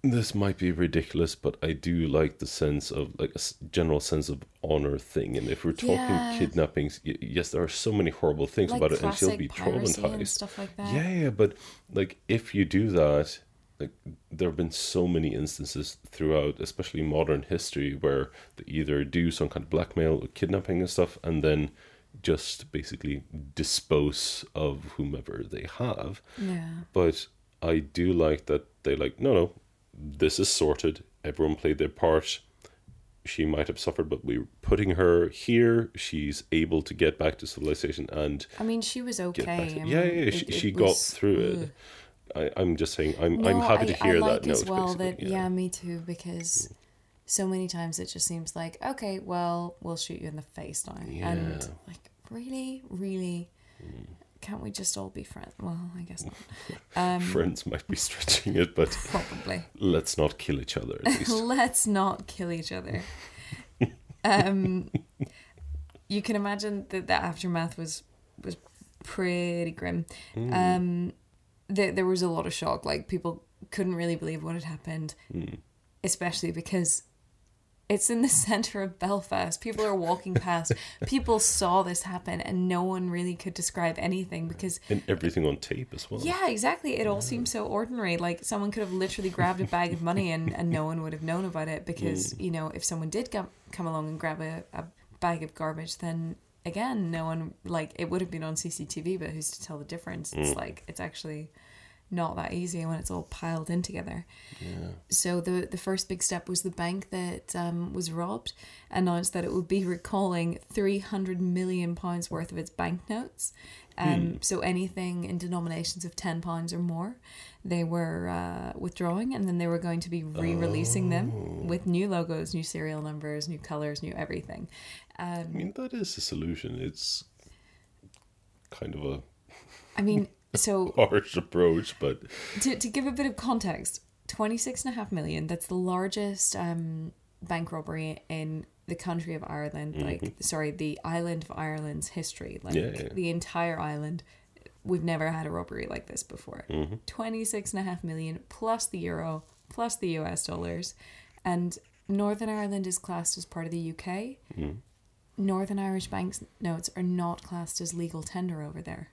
[SPEAKER 2] this might be ridiculous, but I do like the sense of like a s- general sense of honor thing. And if we're talking
[SPEAKER 1] Yeah.
[SPEAKER 2] kidnappings, y- yes, there are so many horrible things
[SPEAKER 1] like
[SPEAKER 2] about it, and she'll
[SPEAKER 1] classic
[SPEAKER 2] be
[SPEAKER 1] piracy
[SPEAKER 2] traumatized.
[SPEAKER 1] and stuff like that
[SPEAKER 2] Yeah, yeah, but like if you do that, like there have been so many instances throughout, especially modern history, where they either do some kind of blackmail or kidnapping and stuff, and then just basically dispose of whomever they have.
[SPEAKER 1] yeah
[SPEAKER 2] But I do like that they like no, no, this is sorted. Everyone played their part. She might have suffered, but we're putting her here. She's able to get back to civilization and
[SPEAKER 1] I mean, she was okay.
[SPEAKER 2] get back to-
[SPEAKER 1] I
[SPEAKER 2] yeah,
[SPEAKER 1] mean,
[SPEAKER 2] yeah, yeah, she,
[SPEAKER 1] it- it
[SPEAKER 2] she got
[SPEAKER 1] was-
[SPEAKER 2] through
[SPEAKER 1] ugh.
[SPEAKER 2] it. I, I'm just saying, I'm, I'm
[SPEAKER 1] No,
[SPEAKER 2] happy to
[SPEAKER 1] I,
[SPEAKER 2] hear
[SPEAKER 1] I like
[SPEAKER 2] that note.
[SPEAKER 1] as well that
[SPEAKER 2] basically,
[SPEAKER 1] yeah. me too,
[SPEAKER 2] Mm.
[SPEAKER 1] because so many times it just seems like okay, well, we'll shoot you in the face now, and
[SPEAKER 2] Yeah. Mm.
[SPEAKER 1] like really, really, can't we just all be friends? Well, I guess not. Um,
[SPEAKER 2] Friends might be stretching it, but
[SPEAKER 1] probably.
[SPEAKER 2] let's not kill each other at least.
[SPEAKER 1] Let's not kill each other. um, you can imagine that the aftermath was was pretty grim. Um, there there was a lot of shock. Like people couldn't really believe what had happened, especially because it's in the center of Belfast. People are walking past. people saw this happen, and no one really could describe anything because
[SPEAKER 2] and everything on tape as well.
[SPEAKER 1] yeah, exactly. It all seems so ordinary. Like someone could have literally grabbed a bag of money and, and no one would have known about it because, you know, if someone did come, come along and grab a, a bag of garbage, then again, no one, like, it would have been on CCTV, but who's to tell the difference? It's like, it's actually not that easy when it's all piled in together. So the the first big step was the bank that um, was robbed announced that it would be recalling three hundred million pounds worth of its banknotes. Um, So anything in denominations of ten pounds or more, they were uh, withdrawing, and then they were going to be re-releasing them with new logos, new serial numbers, new colors, new everything.
[SPEAKER 2] I mean, that is a solution. It's kind of a
[SPEAKER 1] I mean, so
[SPEAKER 2] harsh approach, but
[SPEAKER 1] to, to give a bit of context 26.5 million that's the largest um, bank robbery in the country of ireland like sorry the island of ireland's history like
[SPEAKER 2] Mm-hmm. Yeah, yeah.
[SPEAKER 1] the entire island we've never had a robbery like this before
[SPEAKER 2] Mm-hmm.
[SPEAKER 1] 26.5 million plus the euro plus the us dollars and northern ireland is classed as part of the uk northern irish banks notes are not classed as legal tender over there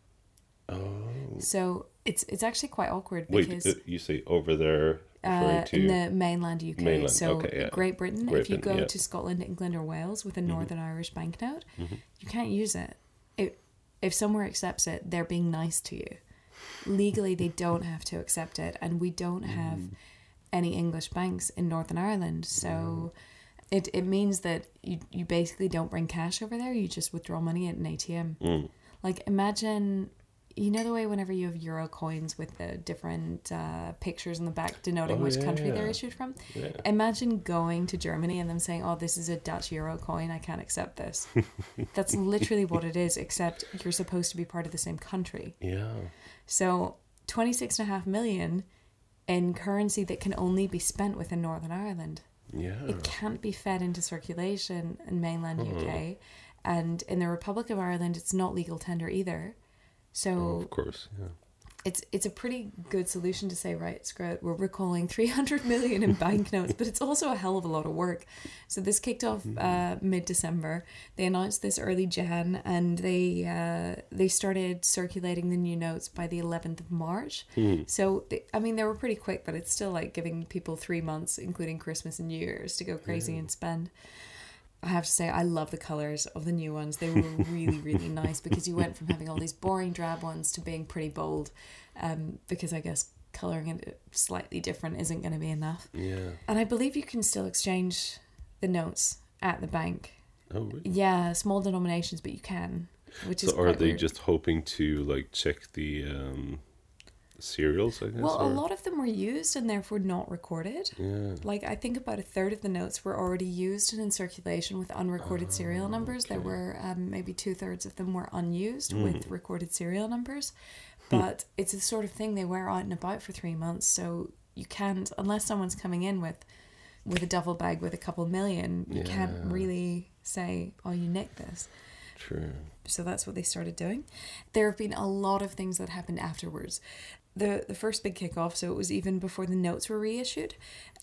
[SPEAKER 2] Oh.
[SPEAKER 1] So it's it's actually quite awkward
[SPEAKER 2] Wait,
[SPEAKER 1] because
[SPEAKER 2] uh, you say over there referring
[SPEAKER 1] uh,
[SPEAKER 2] to
[SPEAKER 1] in the mainland UK.
[SPEAKER 2] Mainland,
[SPEAKER 1] So
[SPEAKER 2] okay, yeah.
[SPEAKER 1] Great Britain,
[SPEAKER 2] Great
[SPEAKER 1] if you go
[SPEAKER 2] Britain, yeah. Mm-hmm.
[SPEAKER 1] to Scotland, England, or Wales with a Northern Irish banknote, you can't use it. it. If somewhere accepts it, they're being nice to you. Legally, they don't have to accept it, and we don't have
[SPEAKER 2] Mm.
[SPEAKER 1] any English banks in Northern Ireland, so.
[SPEAKER 2] Mm.
[SPEAKER 1] It, it means that you, you basically don't bring cash over there, you just withdraw money at an ATM.
[SPEAKER 2] Mm.
[SPEAKER 1] Like imagine, you know the way whenever you have euro coins with the different uh, pictures in the back denoting
[SPEAKER 2] Oh,
[SPEAKER 1] which country they're
[SPEAKER 2] yeah.
[SPEAKER 1] issued from.
[SPEAKER 2] Yeah.
[SPEAKER 1] Imagine going to Germany and them saying, "Oh, this is a Dutch euro coin. I can't accept this." That's literally what it is, except you're supposed to be part of the same country.
[SPEAKER 2] yeah.
[SPEAKER 1] So twenty six and a half million in currency that can only be spent within Northern Ireland
[SPEAKER 2] Yeah.
[SPEAKER 1] it can't be fed into circulation in mainland UK.
[SPEAKER 2] Mm-hmm.
[SPEAKER 1] And in the Republic of Ireland, it's not legal tender either.
[SPEAKER 2] Oh,
[SPEAKER 1] So
[SPEAKER 2] of course. Yeah.
[SPEAKER 1] it's it's a pretty good solution to say, right, screw it, we're recalling 300 million in banknotes, but it's also a hell of a lot of work. So this kicked off uh, mid December. They announced this early Jan, and they uh, they started circulating the new notes by the 11th of March. So they, I mean, they were pretty quick, but it's still like giving people three months, including Christmas and New Year's, to go crazy and spend. I have to say, I love the colors of the new ones. They were really, really nice because you went from having all these boring, drab ones to being pretty bold. Um, because I guess coloring it slightly different isn't going to be enough.
[SPEAKER 2] Yeah.
[SPEAKER 1] And I believe you can still exchange the notes at the bank.
[SPEAKER 2] Oh, really?
[SPEAKER 1] Yeah, small denominations, but you can, which is
[SPEAKER 2] So are
[SPEAKER 1] quite
[SPEAKER 2] they
[SPEAKER 1] weird.
[SPEAKER 2] just hoping to like check the um serials? I guess.
[SPEAKER 1] Well, a
[SPEAKER 2] or-
[SPEAKER 1] lot of them were used and therefore not recorded.
[SPEAKER 2] Yeah.
[SPEAKER 1] Like I think about a third of the notes were already used and in circulation with unrecorded
[SPEAKER 2] Oh,
[SPEAKER 1] serial numbers. There were um, maybe two thirds of them were unused
[SPEAKER 2] Hmm.
[SPEAKER 1] with recorded serial numbers, but it's the sort of thing they wear out and about for three months. So you can't, unless someone's coming in with with a duffel bag with a couple million, you can't
[SPEAKER 2] Yeah.
[SPEAKER 1] really say, "Oh, you nicked this."
[SPEAKER 2] True.
[SPEAKER 1] So that's what they started doing. There have been a lot of things that happened afterwards. The the first big kickoff, so it was even before the notes were reissued.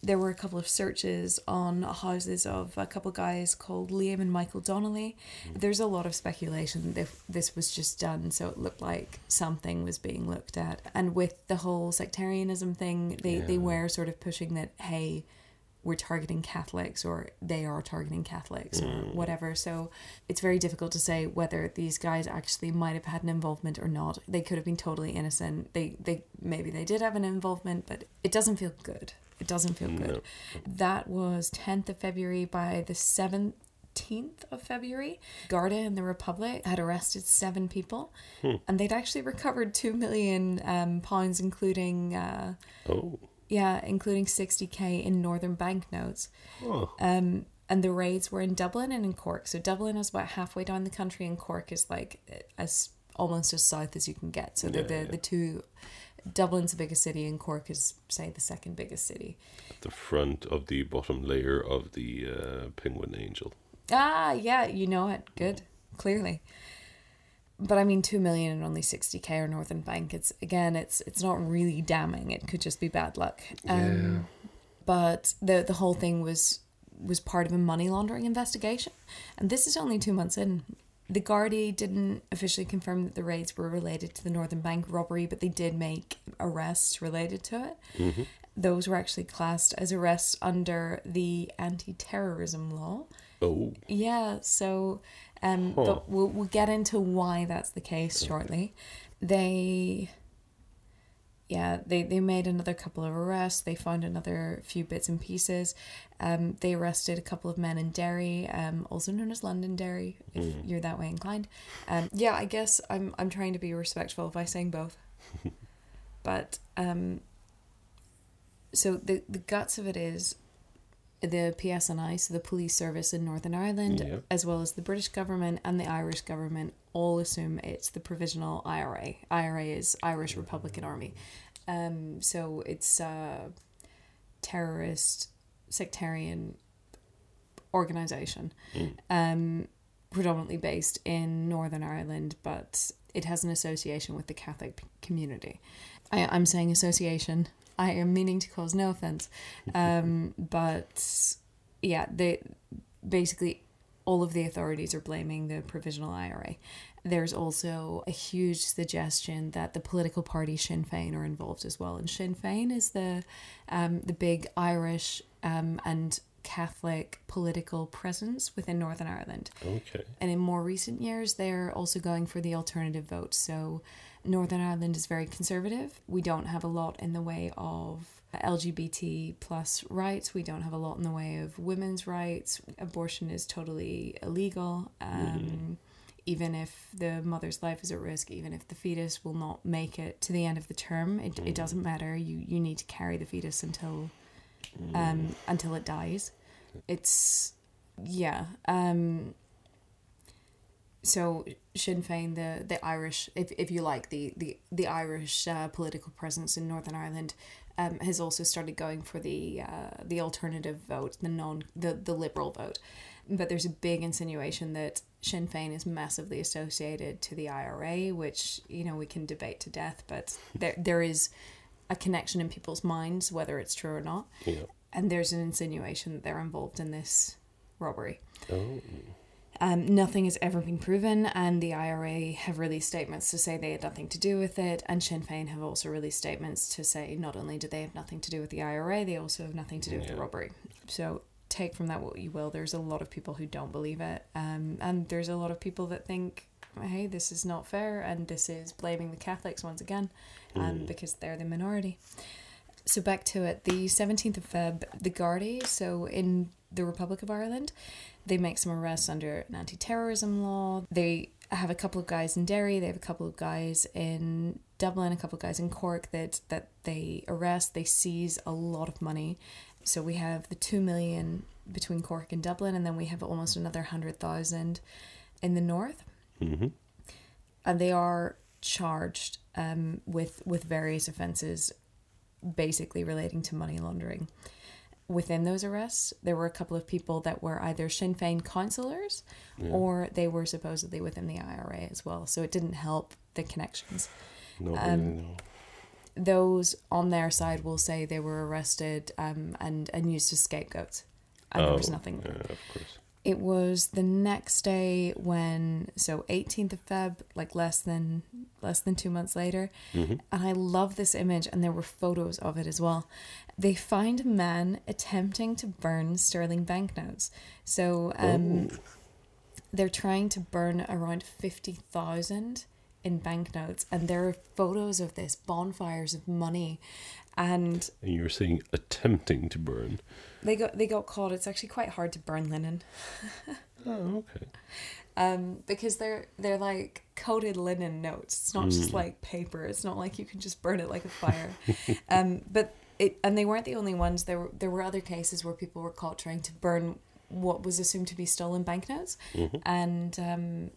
[SPEAKER 1] There were a couple of searches on houses of a couple guys called Liam and Michael Donnelly. There's a lot of speculation that this was just done so it looked like something was being looked at. And with the whole sectarianism thing, they, they
[SPEAKER 2] Yeah.
[SPEAKER 1] were sort of pushing that, hey, we're targeting Catholics or they are targeting Catholics or whatever. So it's very difficult to say whether these guys actually might have had an involvement or not. They could have been totally innocent. They they maybe they did have an involvement, but it doesn't feel good. It doesn't feel good.
[SPEAKER 2] No.
[SPEAKER 1] That was 10th of February by the 7th 18th of February, Garda and the Republic had arrested seven people, and they'd actually recovered two million um, pounds, including uh,
[SPEAKER 2] Oh.
[SPEAKER 1] yeah, including 60k in northern banknotes.
[SPEAKER 2] Oh.
[SPEAKER 1] Um, and the raids were in Dublin and in Cork. So Dublin is about halfway down the country, and Cork is like as almost as south as you can get. So they're
[SPEAKER 2] Yeah,
[SPEAKER 1] the,
[SPEAKER 2] yeah.
[SPEAKER 1] the two. Dublin's the biggest city, and Cork is, say, the second biggest city.
[SPEAKER 2] The front of the bottom layer of the uh, penguin angel.
[SPEAKER 1] Ah, yeah, you know it. Good, clearly. But I mean, two million and only sixty k or Northern Bank. It's again, it's it's not really damning. It could just be bad luck. Um, But the the whole thing was was part of a money laundering investigation, and this is only two months in. The Gardaí didn't officially confirm that the raids were related to the Northern Bank robbery, but they did make arrests related to it those were actually classed as arrests under the anti-terrorism law.
[SPEAKER 2] Oh.
[SPEAKER 1] Yeah, so um, but we'll, we'll get into why that's the case shortly. They, yeah, they, they made another couple of arrests. They found another few bits and pieces. Um, they arrested a couple of men in Derry, um, also known as Londonderry, if you're that way inclined. Um, yeah, I guess I'm I'm trying to be respectful by saying both, but um, so the the guts of it is the PSNI, so the police service in Northern Ireland,
[SPEAKER 2] Yeah.
[SPEAKER 1] as well as the British government and the Irish government, all assume it's the provisional IRA. IRA is Irish Republican Army. Um, so it's a terrorist, sectarian organization, um, predominantly based in Northern Ireland, but it has an association with the Catholic community. I, I'm saying association. I am meaning to cause no offense, um, but yeah, they basically all of the authorities are blaming the provisional IRA. There's also a huge suggestion that the political party Sinn Féin are involved as well, and Sinn Féin is the um, the big Irish um, and Catholic political presence within Northern Ireland.
[SPEAKER 2] Okay.
[SPEAKER 1] And in more recent years, they're also going for the alternative vote. So Northern Ireland is very conservative. We don't have a lot in the way of LGBT plus rights. We don't have a lot in the way of women's rights. Abortion is totally illegal. Um, Even if the mother's life is at risk, even if the fetus will not make it to the end of the term, it, it doesn't matter. You you need to carry the fetus until um, until it dies. It's yeah. Um, so Sinn Fein, the the Irish, if, if you like, the the the Irish uh, political presence in Northern Ireland, um, has also started going for the uh, the alternative vote, the non the the liberal vote. But there's a big insinuation that Sinn Fein is massively associated to the IRA, which you know we can debate to death, but there there is a connection in people's minds whether it's true or not.
[SPEAKER 2] Yeah.
[SPEAKER 1] And there's an insinuation that they're involved in this robbery.
[SPEAKER 2] Oh.
[SPEAKER 1] Um, nothing has ever been proven, and the IRA have released statements to say they had nothing to do with it, and Sinn Féin have also released statements to say not only do they have nothing to do with the IRA, they also have nothing to do with the
[SPEAKER 2] Yeah.
[SPEAKER 1] robbery. So take from that what you will. There's a lot of people who don't believe it, um, and there's a lot of people that think, hey, this is not fair, and this is blaming the Catholics once again, um, because they're the minority. So back to it. The 17th of Feb, the Gardaí, so in the Republic of Ireland, they make some arrests under an anti-terrorism law. They have a couple of guys in Derry, they have a couple of guys in Dublin, a couple of guys in Cork that that they arrest, they seize a lot of money. So we have the 2 million between Cork and Dublin and then we have almost another 100,000 in the north and they are charged um, with with various offences, basically relating to money laundering. Within those arrests, there were a couple of people that were either Sinn Féin councillors, or they were supposedly within the IRA as well. So it didn't help the connections
[SPEAKER 2] No,
[SPEAKER 1] Um,
[SPEAKER 2] really, no.
[SPEAKER 1] those on their side will say they were arrested um, and and used as scapegoats, and there was
[SPEAKER 2] Oh,
[SPEAKER 1] nothing.
[SPEAKER 2] Yeah, of course.
[SPEAKER 1] It was the next day when, so 18th of Feb, like less than less than two months later, and I love this image, and there were photos of it as well. They find a man attempting to burn sterling banknotes. So um, they're trying to burn around 50,000 in banknotes and there are photos of this bonfires of money and
[SPEAKER 2] And you were saying attempting to burn.
[SPEAKER 1] they got they got caught it's actually quite hard to burn linen
[SPEAKER 2] Oh, okay.
[SPEAKER 1] um because they're they're like coated linen notes it's not just like paper it's not like you can just burn it like a fire um but it and they weren't the only ones there were there were other cases where people were caught trying to burn what was assumed to be stolen banknotes and um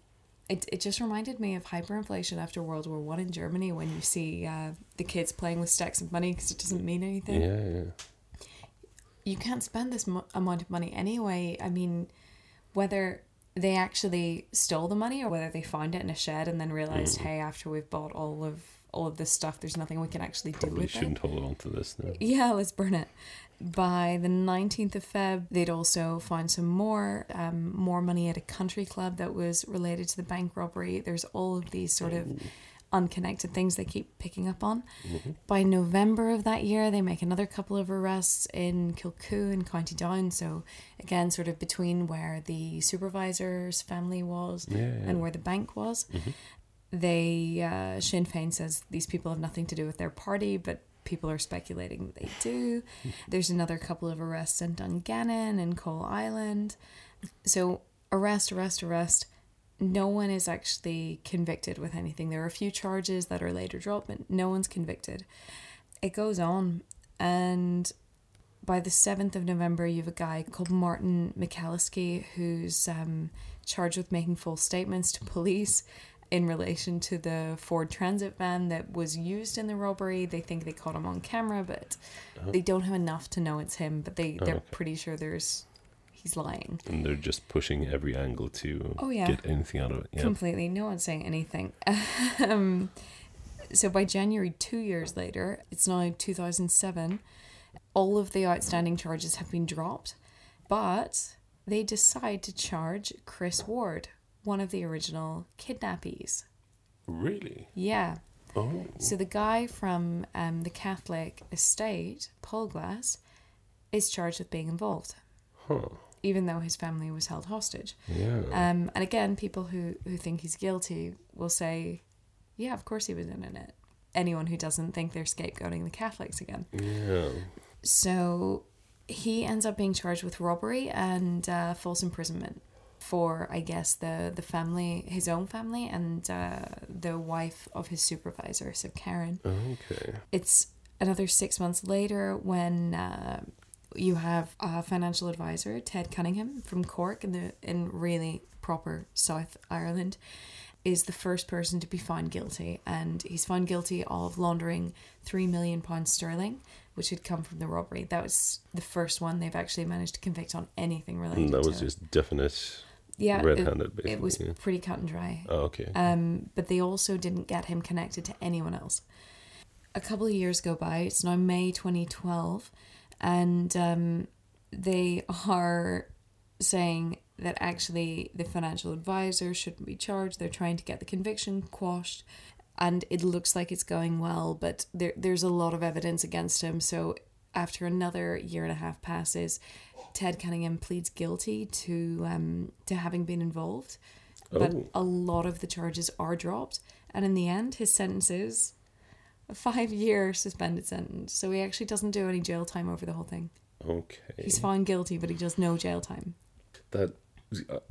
[SPEAKER 1] it, it just reminded me of hyperinflation after World War One in Germany when you see uh, the kids playing with stacks of money because it doesn't mean anything.
[SPEAKER 2] Yeah, yeah.
[SPEAKER 1] You can't spend this mo- amount of money anyway. I mean, whether they actually stole the money or whether they found it in a shed and then realized,
[SPEAKER 2] Mm.
[SPEAKER 1] hey, after we've bought all of all of this stuff, there's nothing we can actually do
[SPEAKER 2] Probably
[SPEAKER 1] with it.
[SPEAKER 2] shouldn't hold on to this now.
[SPEAKER 1] Yeah, let's burn it. By the 19th of Feb, they'd also found some more um, more money at a country club that was related to the bank robbery. There's all of these sort of unconnected things they keep picking up on. By November of that year, they make another couple of arrests in Kilcoo and County Down. So again, sort of between where the supervisor's family was and where the bank was they uh, Sinn Fein says these people have nothing to do with their party, but people are speculating that they do. There's another couple of arrests in Dungannon and Coal Island. So arrest, arrest, arrest. No one is actually convicted with anything. There are a few charges that are later dropped, but no one's convicted. It goes on, and by the 7th of November, you have a guy called Martin Michaliski who's um, charged with making false statements to police in relation to the Ford Transit van that was used in the robbery. They think they caught him on camera, but they don't have enough to know it's him, but they, they're pretty sure there's he's lying.
[SPEAKER 2] And they're just pushing every angle to
[SPEAKER 1] Oh, yeah.
[SPEAKER 2] get anything out of it. Yeah.
[SPEAKER 1] Completely. No one's saying anything. um, so by January, two years later, it's now 2007, all of the outstanding charges have been dropped, but they decide to charge Chris Ward, one of the original kidnappees.
[SPEAKER 2] Really?
[SPEAKER 1] Yeah.
[SPEAKER 2] Oh.
[SPEAKER 1] So the guy from um, the Catholic estate, Paul Glass, is charged with being involved,
[SPEAKER 2] Huh.
[SPEAKER 1] even though his family was held hostage.
[SPEAKER 2] Yeah.
[SPEAKER 1] Um, and again, people who, who think he's guilty will say, yeah, of course he was in on it. Anyone who doesn't think they're scapegoating the Catholics again.
[SPEAKER 2] Yeah.
[SPEAKER 1] So he ends up being charged with robbery and uh, false imprisonment for, I guess, the, the family, his own family, and uh, the wife of his supervisor, so Karen.
[SPEAKER 2] Okay.
[SPEAKER 1] It's another six months later when uh, you have a financial advisor, Ted Cunningham from Cork, in the in really proper South Ireland, is the first person to be found guilty, and he's found guilty of laundering three million pounds sterling, which had come from the robbery. That was the first one they've actually managed to convict on anything related.
[SPEAKER 2] And Mm, that was
[SPEAKER 1] to.
[SPEAKER 2] just definite.
[SPEAKER 1] yeah,
[SPEAKER 2] red-handed,
[SPEAKER 1] It, it was
[SPEAKER 2] basically, yeah.
[SPEAKER 1] pretty cut and dry.
[SPEAKER 2] Oh, okay.
[SPEAKER 1] Um, but they also didn't get him connected to anyone else. A couple of years go by, it's now May 2012, and um, they are saying that actually the financial advisor shouldn't be charged. They're trying to get the conviction quashed, and it looks like it's going well, but there, there's a lot of evidence against him. So after another year and a half passes, Ted Cunningham pleads guilty to um, to having been involved but
[SPEAKER 2] Oh.
[SPEAKER 1] a lot of the charges are dropped. And in the end, his sentence is a five year suspended sentence. So he actually doesn't do any jail time over the whole thing.
[SPEAKER 2] okay.
[SPEAKER 1] He's found guilty, but he does no jail time.
[SPEAKER 2] that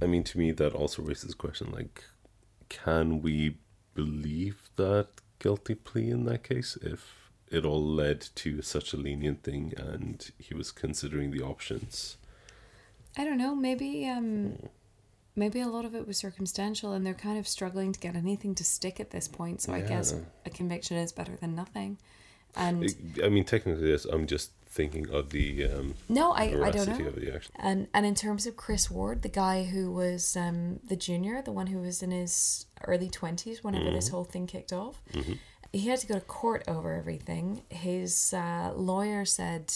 [SPEAKER 2] i mean to me that also raises the question like can we believe that guilty plea in that case if it all led to such a lenient thing and he was considering the options
[SPEAKER 1] I don't know. Maybe, um, maybe a lot of it was circumstantial, and they're kind of struggling to get anything to stick at this point. So I guess
[SPEAKER 2] Yeah.
[SPEAKER 1] a conviction is better than nothing. And
[SPEAKER 2] I- i mean technically yes i'm just thinking of the um
[SPEAKER 1] no, I, I don't
[SPEAKER 2] veracity
[SPEAKER 1] know.
[SPEAKER 2] of the action
[SPEAKER 1] And and in terms of Chris Ward, the guy who was um, the junior, the one who was in his early twenties, whenever this whole thing kicked off, he had to go to court over everything. His uh, lawyer said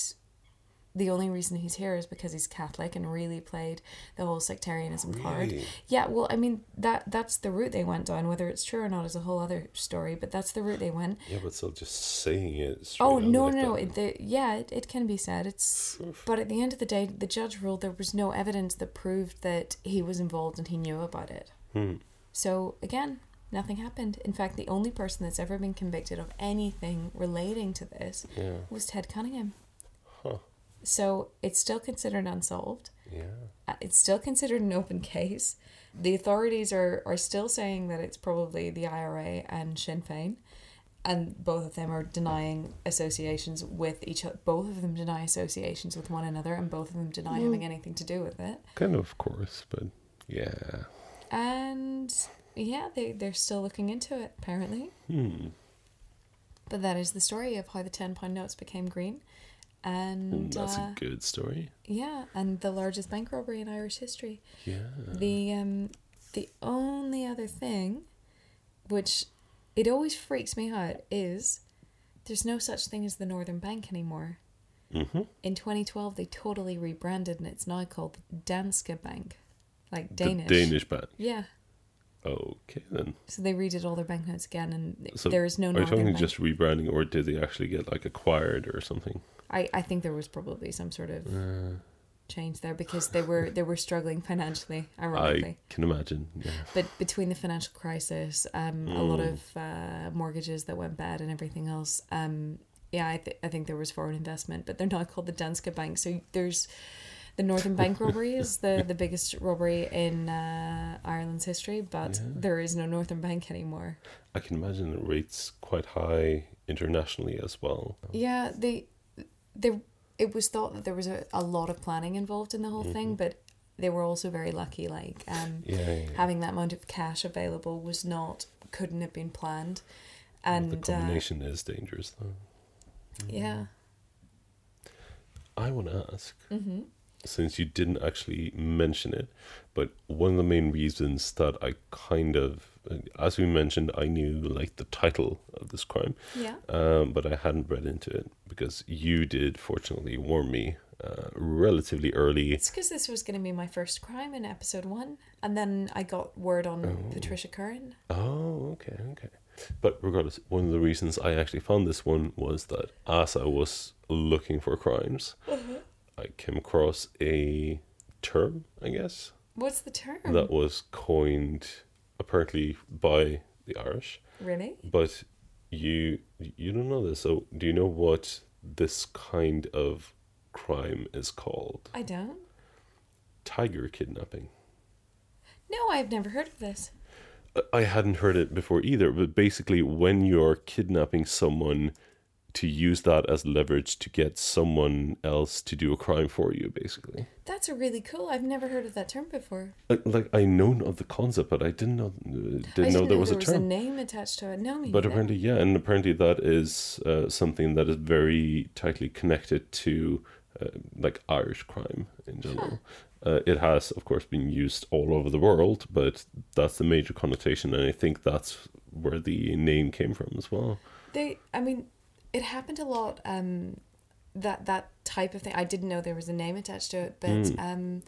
[SPEAKER 1] the only reason he's here is because he's Catholic and really played the whole sectarianism card.
[SPEAKER 2] Really?
[SPEAKER 1] Yeah, well, I mean that that's the route they went down. Whether it's true or not is a whole other story, but that's the route they went.
[SPEAKER 2] yeah but still just saying it straight
[SPEAKER 1] Oh
[SPEAKER 2] out
[SPEAKER 1] no,
[SPEAKER 2] like
[SPEAKER 1] no, no!
[SPEAKER 2] that.
[SPEAKER 1] It, the, yeah, it, it can be said. It's but at the end of the day, the judge ruled there was no evidence that proved that he was involved and he knew about it.
[SPEAKER 2] Hmm.
[SPEAKER 1] So again, nothing happened. In fact, the only person that's ever been convicted of anything relating to this
[SPEAKER 2] yeah
[SPEAKER 1] was Ted Cunningham.
[SPEAKER 2] huh
[SPEAKER 1] So it's still considered unsolved.
[SPEAKER 2] yeah
[SPEAKER 1] Uh, It's still considered an open case. The authorities are, are still saying that it's probably the IRA and Sinn Fein, and both of them are denying associations with each other. Both of them deny associations with one another, and both of them deny having anything to do with it.
[SPEAKER 2] kind of of course but yeah
[SPEAKER 1] And yeah, they, they're still looking into it, apparently.
[SPEAKER 2] hmm
[SPEAKER 1] But that is the story of how the £10 notes became green. And
[SPEAKER 2] that's
[SPEAKER 1] uh,
[SPEAKER 2] a good story
[SPEAKER 1] yeah, and the largest bank robbery in Irish history.
[SPEAKER 2] yeah
[SPEAKER 1] The um the only other thing which it always freaks me out is there's no such thing as the Northern Bank anymore.
[SPEAKER 2] mm-hmm.
[SPEAKER 1] In 2012 they totally rebranded and it's now called Danske Bank. Like
[SPEAKER 2] The
[SPEAKER 1] Danish.
[SPEAKER 2] danish bank
[SPEAKER 1] Yeah.
[SPEAKER 2] Okay then.
[SPEAKER 1] So they redid all their banknotes again and
[SPEAKER 2] So
[SPEAKER 1] there is no
[SPEAKER 2] Are you
[SPEAKER 1] Northern
[SPEAKER 2] talking
[SPEAKER 1] Bank.
[SPEAKER 2] just rebranding, or did they actually get like acquired or something?
[SPEAKER 1] I, I think there was probably some sort of
[SPEAKER 2] Uh,
[SPEAKER 1] change there because they were they were struggling financially ironically.
[SPEAKER 2] I can imagine. Yeah.
[SPEAKER 1] but between the financial crisis, um, a lot of uh, mortgages that went bad and everything else, um, yeah, I, th- I think there was foreign investment, but they're not called the Danske Bank. So there's the Northern Bank robbery is the, the biggest robbery in uh, Ireland's history, but there is no Northern Bank anymore.
[SPEAKER 2] I can imagine the rates quite high internationally as well.
[SPEAKER 1] Yeah, they, they, it was thought that there was a, a lot of planning involved in the whole thing, but they were also very lucky. Like, um,
[SPEAKER 2] Yeah. yeah, yeah.
[SPEAKER 1] having that amount of cash available was not couldn't have been planned
[SPEAKER 2] the
[SPEAKER 1] and uh,
[SPEAKER 2] combination is dangerous though.
[SPEAKER 1] yeah
[SPEAKER 2] I want to ask,
[SPEAKER 1] mm-hmm,
[SPEAKER 2] since you didn't actually mention it, but one of the main reasons that I kind of, uh, as we mentioned, I knew like the title of this crime,
[SPEAKER 1] yeah
[SPEAKER 2] um, but I hadn't read into it because you did fortunately warn me uh, relatively early.
[SPEAKER 1] It's because this was going to be my first crime in episode one, and then I got word on Patricia Curran.
[SPEAKER 2] Oh, okay, okay. But regardless, one of the reasons I actually found this one was that as I was looking for crimes, I came across a term, I guess,
[SPEAKER 1] What's the term?
[SPEAKER 2] that was coined apparently by the Irish.
[SPEAKER 1] Really?
[SPEAKER 2] But you you don't know this, so do you know what this kind of crime is called?
[SPEAKER 1] I don't.
[SPEAKER 2] Tiger kidnapping.
[SPEAKER 1] No, I've never heard of this.
[SPEAKER 2] I hadn't heard it before either, but basically, when you're kidnapping someone to use that as leverage to get someone else to do a crime for you, basically.
[SPEAKER 1] That's really cool. I've never heard of that term before.
[SPEAKER 2] Like, like I know of the concept, but I didn't know uh, didn't,
[SPEAKER 1] I
[SPEAKER 2] know there was a
[SPEAKER 1] a
[SPEAKER 2] term.
[SPEAKER 1] name attached to it. No, me
[SPEAKER 2] but
[SPEAKER 1] neither.
[SPEAKER 2] apparently, yeah, and apparently that is uh, something that is very tightly connected to uh, like Irish crime in general. Uh, it has, of course, been used all over the world, but that's the major connotation, and I think that's where the name came from as well.
[SPEAKER 1] They, I mean, it happened a lot. Um, that that type of thing. I didn't know there was a name attached to it, but um,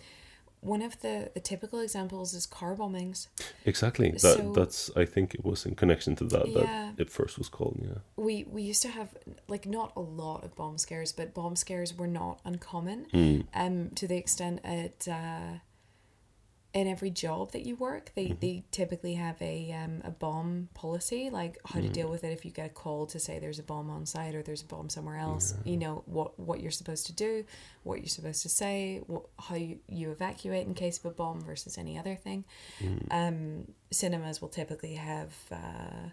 [SPEAKER 1] one of the the typical examples is car bombings.
[SPEAKER 2] Exactly. That
[SPEAKER 1] So-
[SPEAKER 2] that's I think it was in connection to that
[SPEAKER 1] Yeah.
[SPEAKER 2] that it first was called. Yeah.
[SPEAKER 1] We we used to have like not a lot of bomb scares, but bomb scares were not uncommon. Um, to the extent it. Uh, in every job that you work, they, they typically have a um, a bomb policy, like how to deal with it if you get a call to say there's a bomb on site or there's a bomb somewhere else. You know what what you're supposed to do, what you're supposed to say, what, how you, you evacuate in case of a bomb versus any other thing. Um, cinemas will typically have. Uh,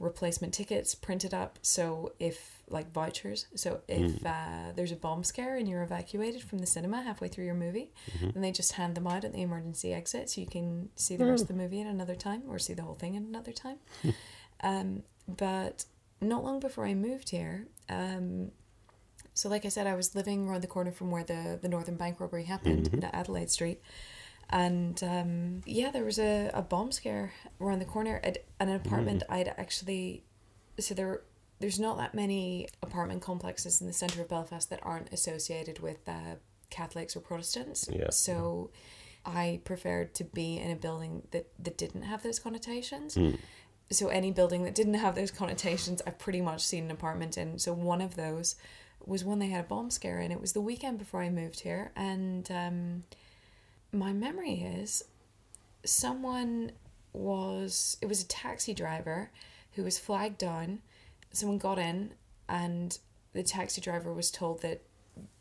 [SPEAKER 1] replacement tickets printed up so if like vouchers so if uh, there's a bomb scare and you're evacuated from the cinema halfway through your movie and they just hand them out at the emergency exit so you can see the rest of the movie at another time or see the whole thing at another time um, but not long before i moved here um, so like i said i was living around the corner from where the, the northern bank robbery happened at adelaide street and um, yeah, there was a, a bomb scare around the corner at an apartment I'd actually. So there, there's not that many apartment complexes in the centre of Belfast that aren't associated with uh, Catholics or Protestants.
[SPEAKER 2] Yeah.
[SPEAKER 1] So I preferred to be in a building that, that didn't have those connotations. So any building that didn't have those connotations, I've pretty much seen an apartment in. So one of those was one they had a bomb scare in. It was the weekend before I moved here, and. Um, my memory is someone was it was a taxi driver who was flagged down someone got in and the taxi driver was told that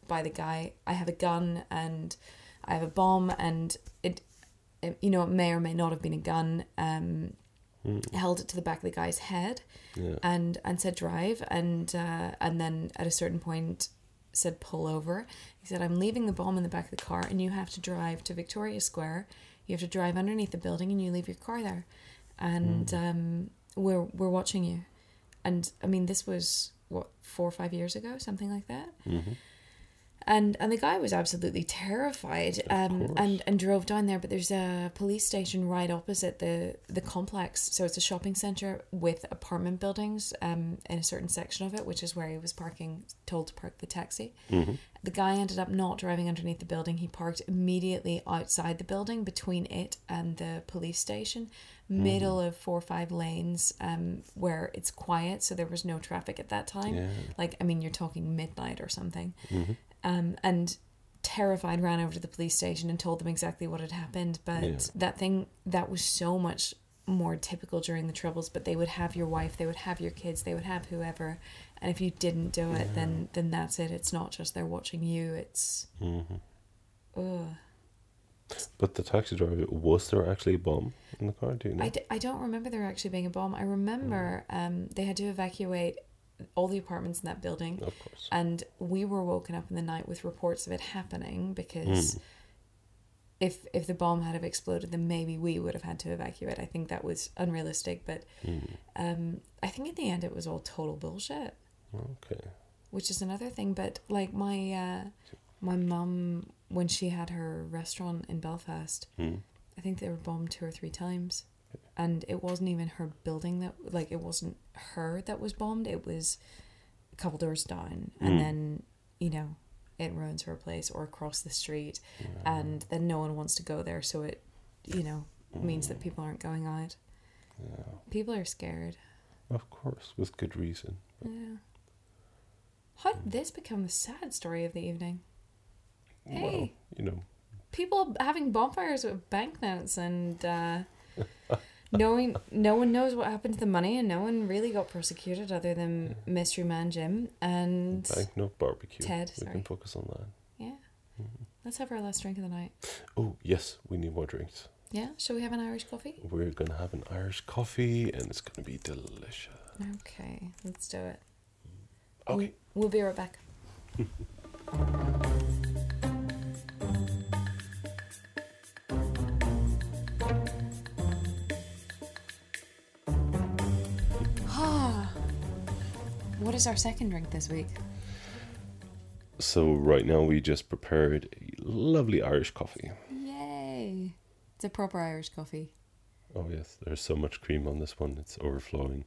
[SPEAKER 1] by the guy i have a gun and i have a bomb and it, it you know it may or may not have been a gun um held it to the back of the guy's head
[SPEAKER 2] Yeah.
[SPEAKER 1] and and said drive and uh, and then at a certain point said pull over he said i'm leaving the bomb in the back of the car and you have to drive to victoria square you have to drive underneath the building and you leave your car there and um, we're we're watching you and i mean this was what four or five years ago something like that
[SPEAKER 2] Mm-hmm.
[SPEAKER 1] and and the guy was absolutely terrified um, and and drove down there but there's a police station right opposite the the complex so it's a shopping center with apartment buildings um, in a certain section of it which is where he was parking told to park the taxi the guy ended up not driving underneath the building he parked immediately outside the building between it and the police station middle of four or five lanes um, where it's quiet so there was no traffic at that time
[SPEAKER 2] Yeah.
[SPEAKER 1] like i mean you're talking midnight or something um, and terrified ran over to the police station and told them exactly what had happened but
[SPEAKER 2] Yeah.
[SPEAKER 1] that thing that was so much more typical during the troubles but they would have your wife they would have your kids they would have whoever and if you didn't do it then then that's it it's not just they're watching you it's Ugh.
[SPEAKER 2] Mm-hmm. But the taxi driver was there actually a bomb in the car? Do you know?
[SPEAKER 1] I, d- I don't remember there actually being a bomb i remember um, they had to evacuate all the apartments in that building
[SPEAKER 2] Of course.
[SPEAKER 1] and we were woken up in the night with reports of it happening because if if the bomb had have exploded then maybe we would have had to evacuate i think that was unrealistic but
[SPEAKER 2] Mm.
[SPEAKER 1] um, i think in the end it was all total bullshit
[SPEAKER 2] Okay.
[SPEAKER 1] which is another thing but like my uh, my mum when she had her restaurant in belfast
[SPEAKER 2] Mm.
[SPEAKER 1] i think they were bombed two or three times and it wasn't even her building that like it wasn't her that was bombed it was a couple doors down and then you know it ruins her place or across the street and then no one wants to go there so it you know means that people aren't going out people are scared
[SPEAKER 2] Of course, with good reason.
[SPEAKER 1] yeah how did this become the sad story of the evening
[SPEAKER 2] Well,
[SPEAKER 1] Hey.
[SPEAKER 2] you know,
[SPEAKER 1] people having bonfires with banknotes and uh, knowing no one knows what happened to the money and no one really got prosecuted other than mystery man jim and
[SPEAKER 2] banknote barbecue.
[SPEAKER 1] Ted,
[SPEAKER 2] we
[SPEAKER 1] sorry.
[SPEAKER 2] can focus on that.
[SPEAKER 1] yeah let's have our last drink of the night
[SPEAKER 2] Oh yes, we need more drinks.
[SPEAKER 1] yeah shall we have an irish coffee
[SPEAKER 2] We're gonna have an Irish coffee, and it's gonna be delicious.
[SPEAKER 1] okay let's do it
[SPEAKER 2] Okay.
[SPEAKER 1] we'll be right back Ah. What is our second drink this week?
[SPEAKER 2] So right now we just prepared a lovely Irish coffee.
[SPEAKER 1] Yay! It's a proper Irish coffee.
[SPEAKER 2] Oh yes, there's so much cream on this one; it's overflowing.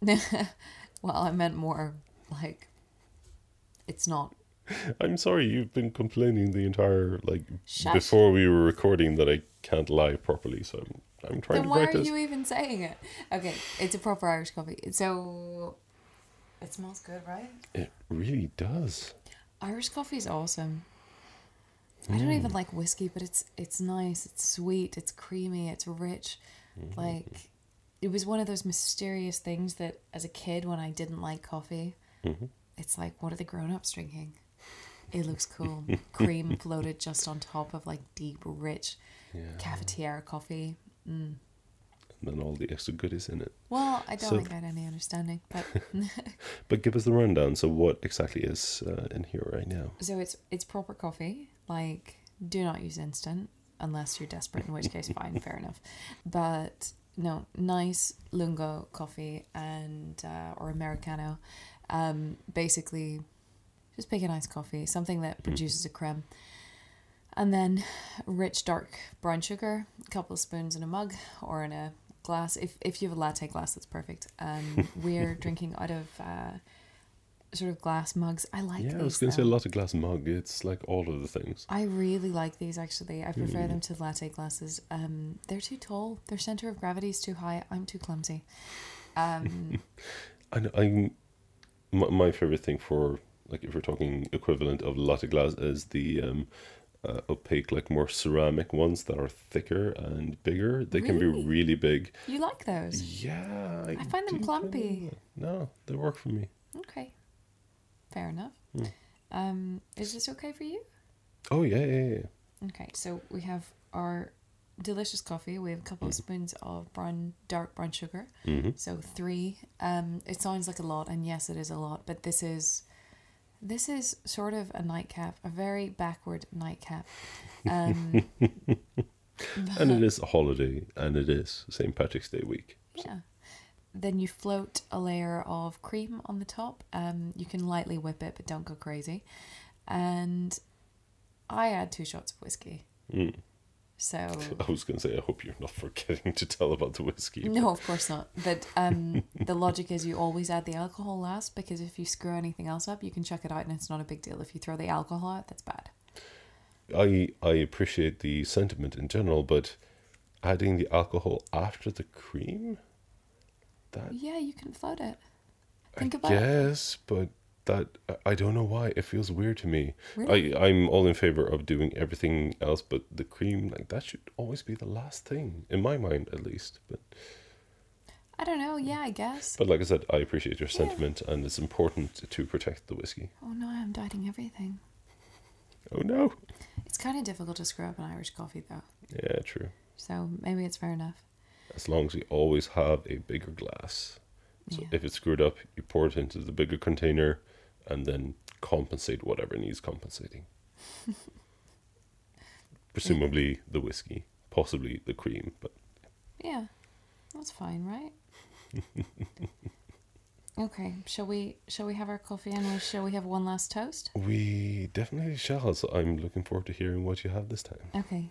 [SPEAKER 1] Well, I meant more like it's not.
[SPEAKER 2] I'm sorry, you've been complaining the entire like
[SPEAKER 1] Shut-
[SPEAKER 2] before we were recording that I can't lie properly, so I'm I'm trying
[SPEAKER 1] Then
[SPEAKER 2] to
[SPEAKER 1] why are
[SPEAKER 2] practice.
[SPEAKER 1] you even saying it? Okay, it's a proper Irish coffee. So it smells good, right?
[SPEAKER 2] It really does.
[SPEAKER 1] Irish coffee is awesome. I
[SPEAKER 2] Mm.
[SPEAKER 1] don't even like whiskey, but it's it's nice. It's sweet. It's creamy. It's rich.
[SPEAKER 2] Mm-hmm.
[SPEAKER 1] Like it was one of those mysterious things that, as a kid, when I didn't like coffee,
[SPEAKER 2] Mm-hmm.
[SPEAKER 1] it's like, what are the grown-ups drinking? It looks cool. Cream floated just on top of like deep, rich
[SPEAKER 2] Yeah.
[SPEAKER 1] cafetiere coffee.
[SPEAKER 2] And then all the extra goodies in it.
[SPEAKER 1] Well, I don't
[SPEAKER 2] So-
[SPEAKER 1] think I had any understanding, but
[SPEAKER 2] But give us the rundown. So what exactly is uh, in here right now?
[SPEAKER 1] So it's it's proper coffee. Like, do not use instant unless you're desperate, in which case, fine, fair enough. But no, nice lungo coffee and uh, or americano. Um, basically, just pick a nice coffee, something
[SPEAKER 2] Hmm.
[SPEAKER 1] that produces a creme, and then rich dark brown sugar, a couple of spoons in a mug or in a glass. If if you have a latte glass, that's perfect. Um, we're drinking out of. Uh, Sort of glass mugs. I like.
[SPEAKER 2] yeah, I
[SPEAKER 1] these,
[SPEAKER 2] was gonna say a
[SPEAKER 1] though.
[SPEAKER 2] lot of glass mug. It's like all of the things.
[SPEAKER 1] I really like these actually. I prefer them to latte glasses. Um, they're too tall. Their center of gravity is too high. I'm too clumsy. Um,
[SPEAKER 2] I know, I'm my, my favorite thing for like if we're talking equivalent of latte glass is the um, uh, opaque like more ceramic ones that are thicker and bigger. They can be
[SPEAKER 1] Really?
[SPEAKER 2] really big.
[SPEAKER 1] you like those?
[SPEAKER 2] Yeah,
[SPEAKER 1] I find them
[SPEAKER 2] do kind of
[SPEAKER 1] clumpy.
[SPEAKER 2] like- No, they work for me.
[SPEAKER 1] Okay, fair enough. Um, is this okay for you?
[SPEAKER 2] Oh yeah, yeah, yeah.
[SPEAKER 1] Okay, so we have our delicious coffee. We have a couple of spoons of brown, dark brown sugar. So three. Um, it sounds like a lot, and yes, it is a lot. But this is, this is sort of a nightcap, a very backward nightcap. Um,
[SPEAKER 2] and it is a holiday, and it is St. Patrick's Day week.
[SPEAKER 1] yeah. Then you float a layer of cream on the top. Um, you can lightly whip it, but don't go crazy. And I add two shots of whiskey.
[SPEAKER 2] Mm.
[SPEAKER 1] So
[SPEAKER 2] I was gonna say, I hope you're not forgetting to tell about the whiskey. but-
[SPEAKER 1] No, of course not. But um, the logic is you always add the alcohol last because if you screw anything else up, you can chuck it out and it's not a big deal. If you throw the alcohol out, that's bad.
[SPEAKER 2] I I appreciate the sentiment in general, but adding the alcohol after the cream, that
[SPEAKER 1] Yeah, you can float it.
[SPEAKER 2] I
[SPEAKER 1] Think about it.
[SPEAKER 2] guess, but that I- I don't know why it feels weird to me.
[SPEAKER 1] Really?
[SPEAKER 2] I I'm all in favor of doing everything else, but the cream like that should always be the last thing in my mind, at least. But
[SPEAKER 1] I don't know. Yeah, I guess.
[SPEAKER 2] but like I said, I appreciate your sentiment, and it's important to protect the whiskey.
[SPEAKER 1] Oh no, I'm dieting everything.
[SPEAKER 2] Oh no!
[SPEAKER 1] It's kind of difficult to screw up an Irish coffee though.
[SPEAKER 2] Yeah, true.
[SPEAKER 1] So maybe it's fair enough.
[SPEAKER 2] As long as you always have a bigger glass. So
[SPEAKER 1] Yeah.
[SPEAKER 2] if it's screwed up, you pour it into the bigger container and then compensate whatever needs compensating. Presumably the whiskey, possibly the cream, but
[SPEAKER 1] Yeah, that's fine, right? okay, shall we? Shall we have our coffee and we shall we have one last toast?
[SPEAKER 2] we definitely shall. So I'm looking forward to hearing what you have this time.
[SPEAKER 1] Okay,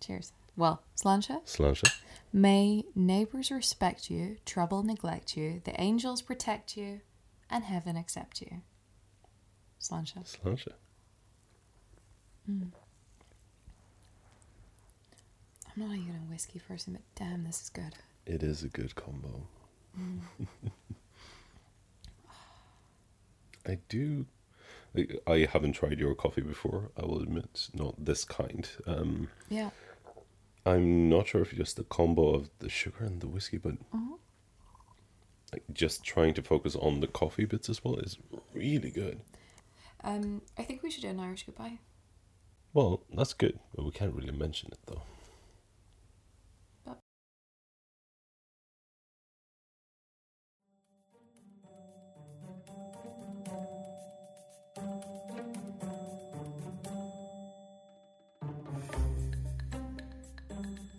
[SPEAKER 1] cheers. Well, sláinte.
[SPEAKER 2] Sláinte.
[SPEAKER 1] May neighbors respect you, trouble neglect you, the angels protect you, and heaven accept you. Sláinte.
[SPEAKER 2] Sláinte.
[SPEAKER 1] I'm not even a whiskey person, but damn, this is good.
[SPEAKER 2] It is a good combo. I do. I, I haven't tried your coffee before. I will admit, not this kind. Um,
[SPEAKER 1] Yeah.
[SPEAKER 2] I'm not sure if it's just the combo of the sugar and the whiskey, but
[SPEAKER 1] Mhm.
[SPEAKER 2] like just trying to focus on the coffee bits as well is really good.
[SPEAKER 1] Um, I think we should do an Irish goodbye.
[SPEAKER 2] Well, that's good, but we can't really mention it though.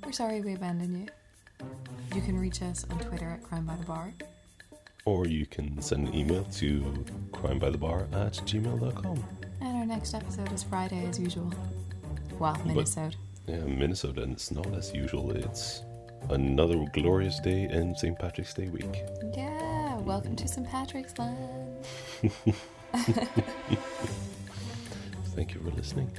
[SPEAKER 1] We're sorry we abandoned you. You can reach us on Twitter at Crime by the Bar.
[SPEAKER 2] Or you can send an email to crimebythebar at gmail.com.
[SPEAKER 1] And our next episode is Friday as usual. Well, Minnesota.
[SPEAKER 2] Yeah, Minnesota, and it's not as usual. It's another glorious day in St. Patrick's Day week.
[SPEAKER 1] Yeah, welcome to St. Patrick's Land.
[SPEAKER 2] Thank you for listening.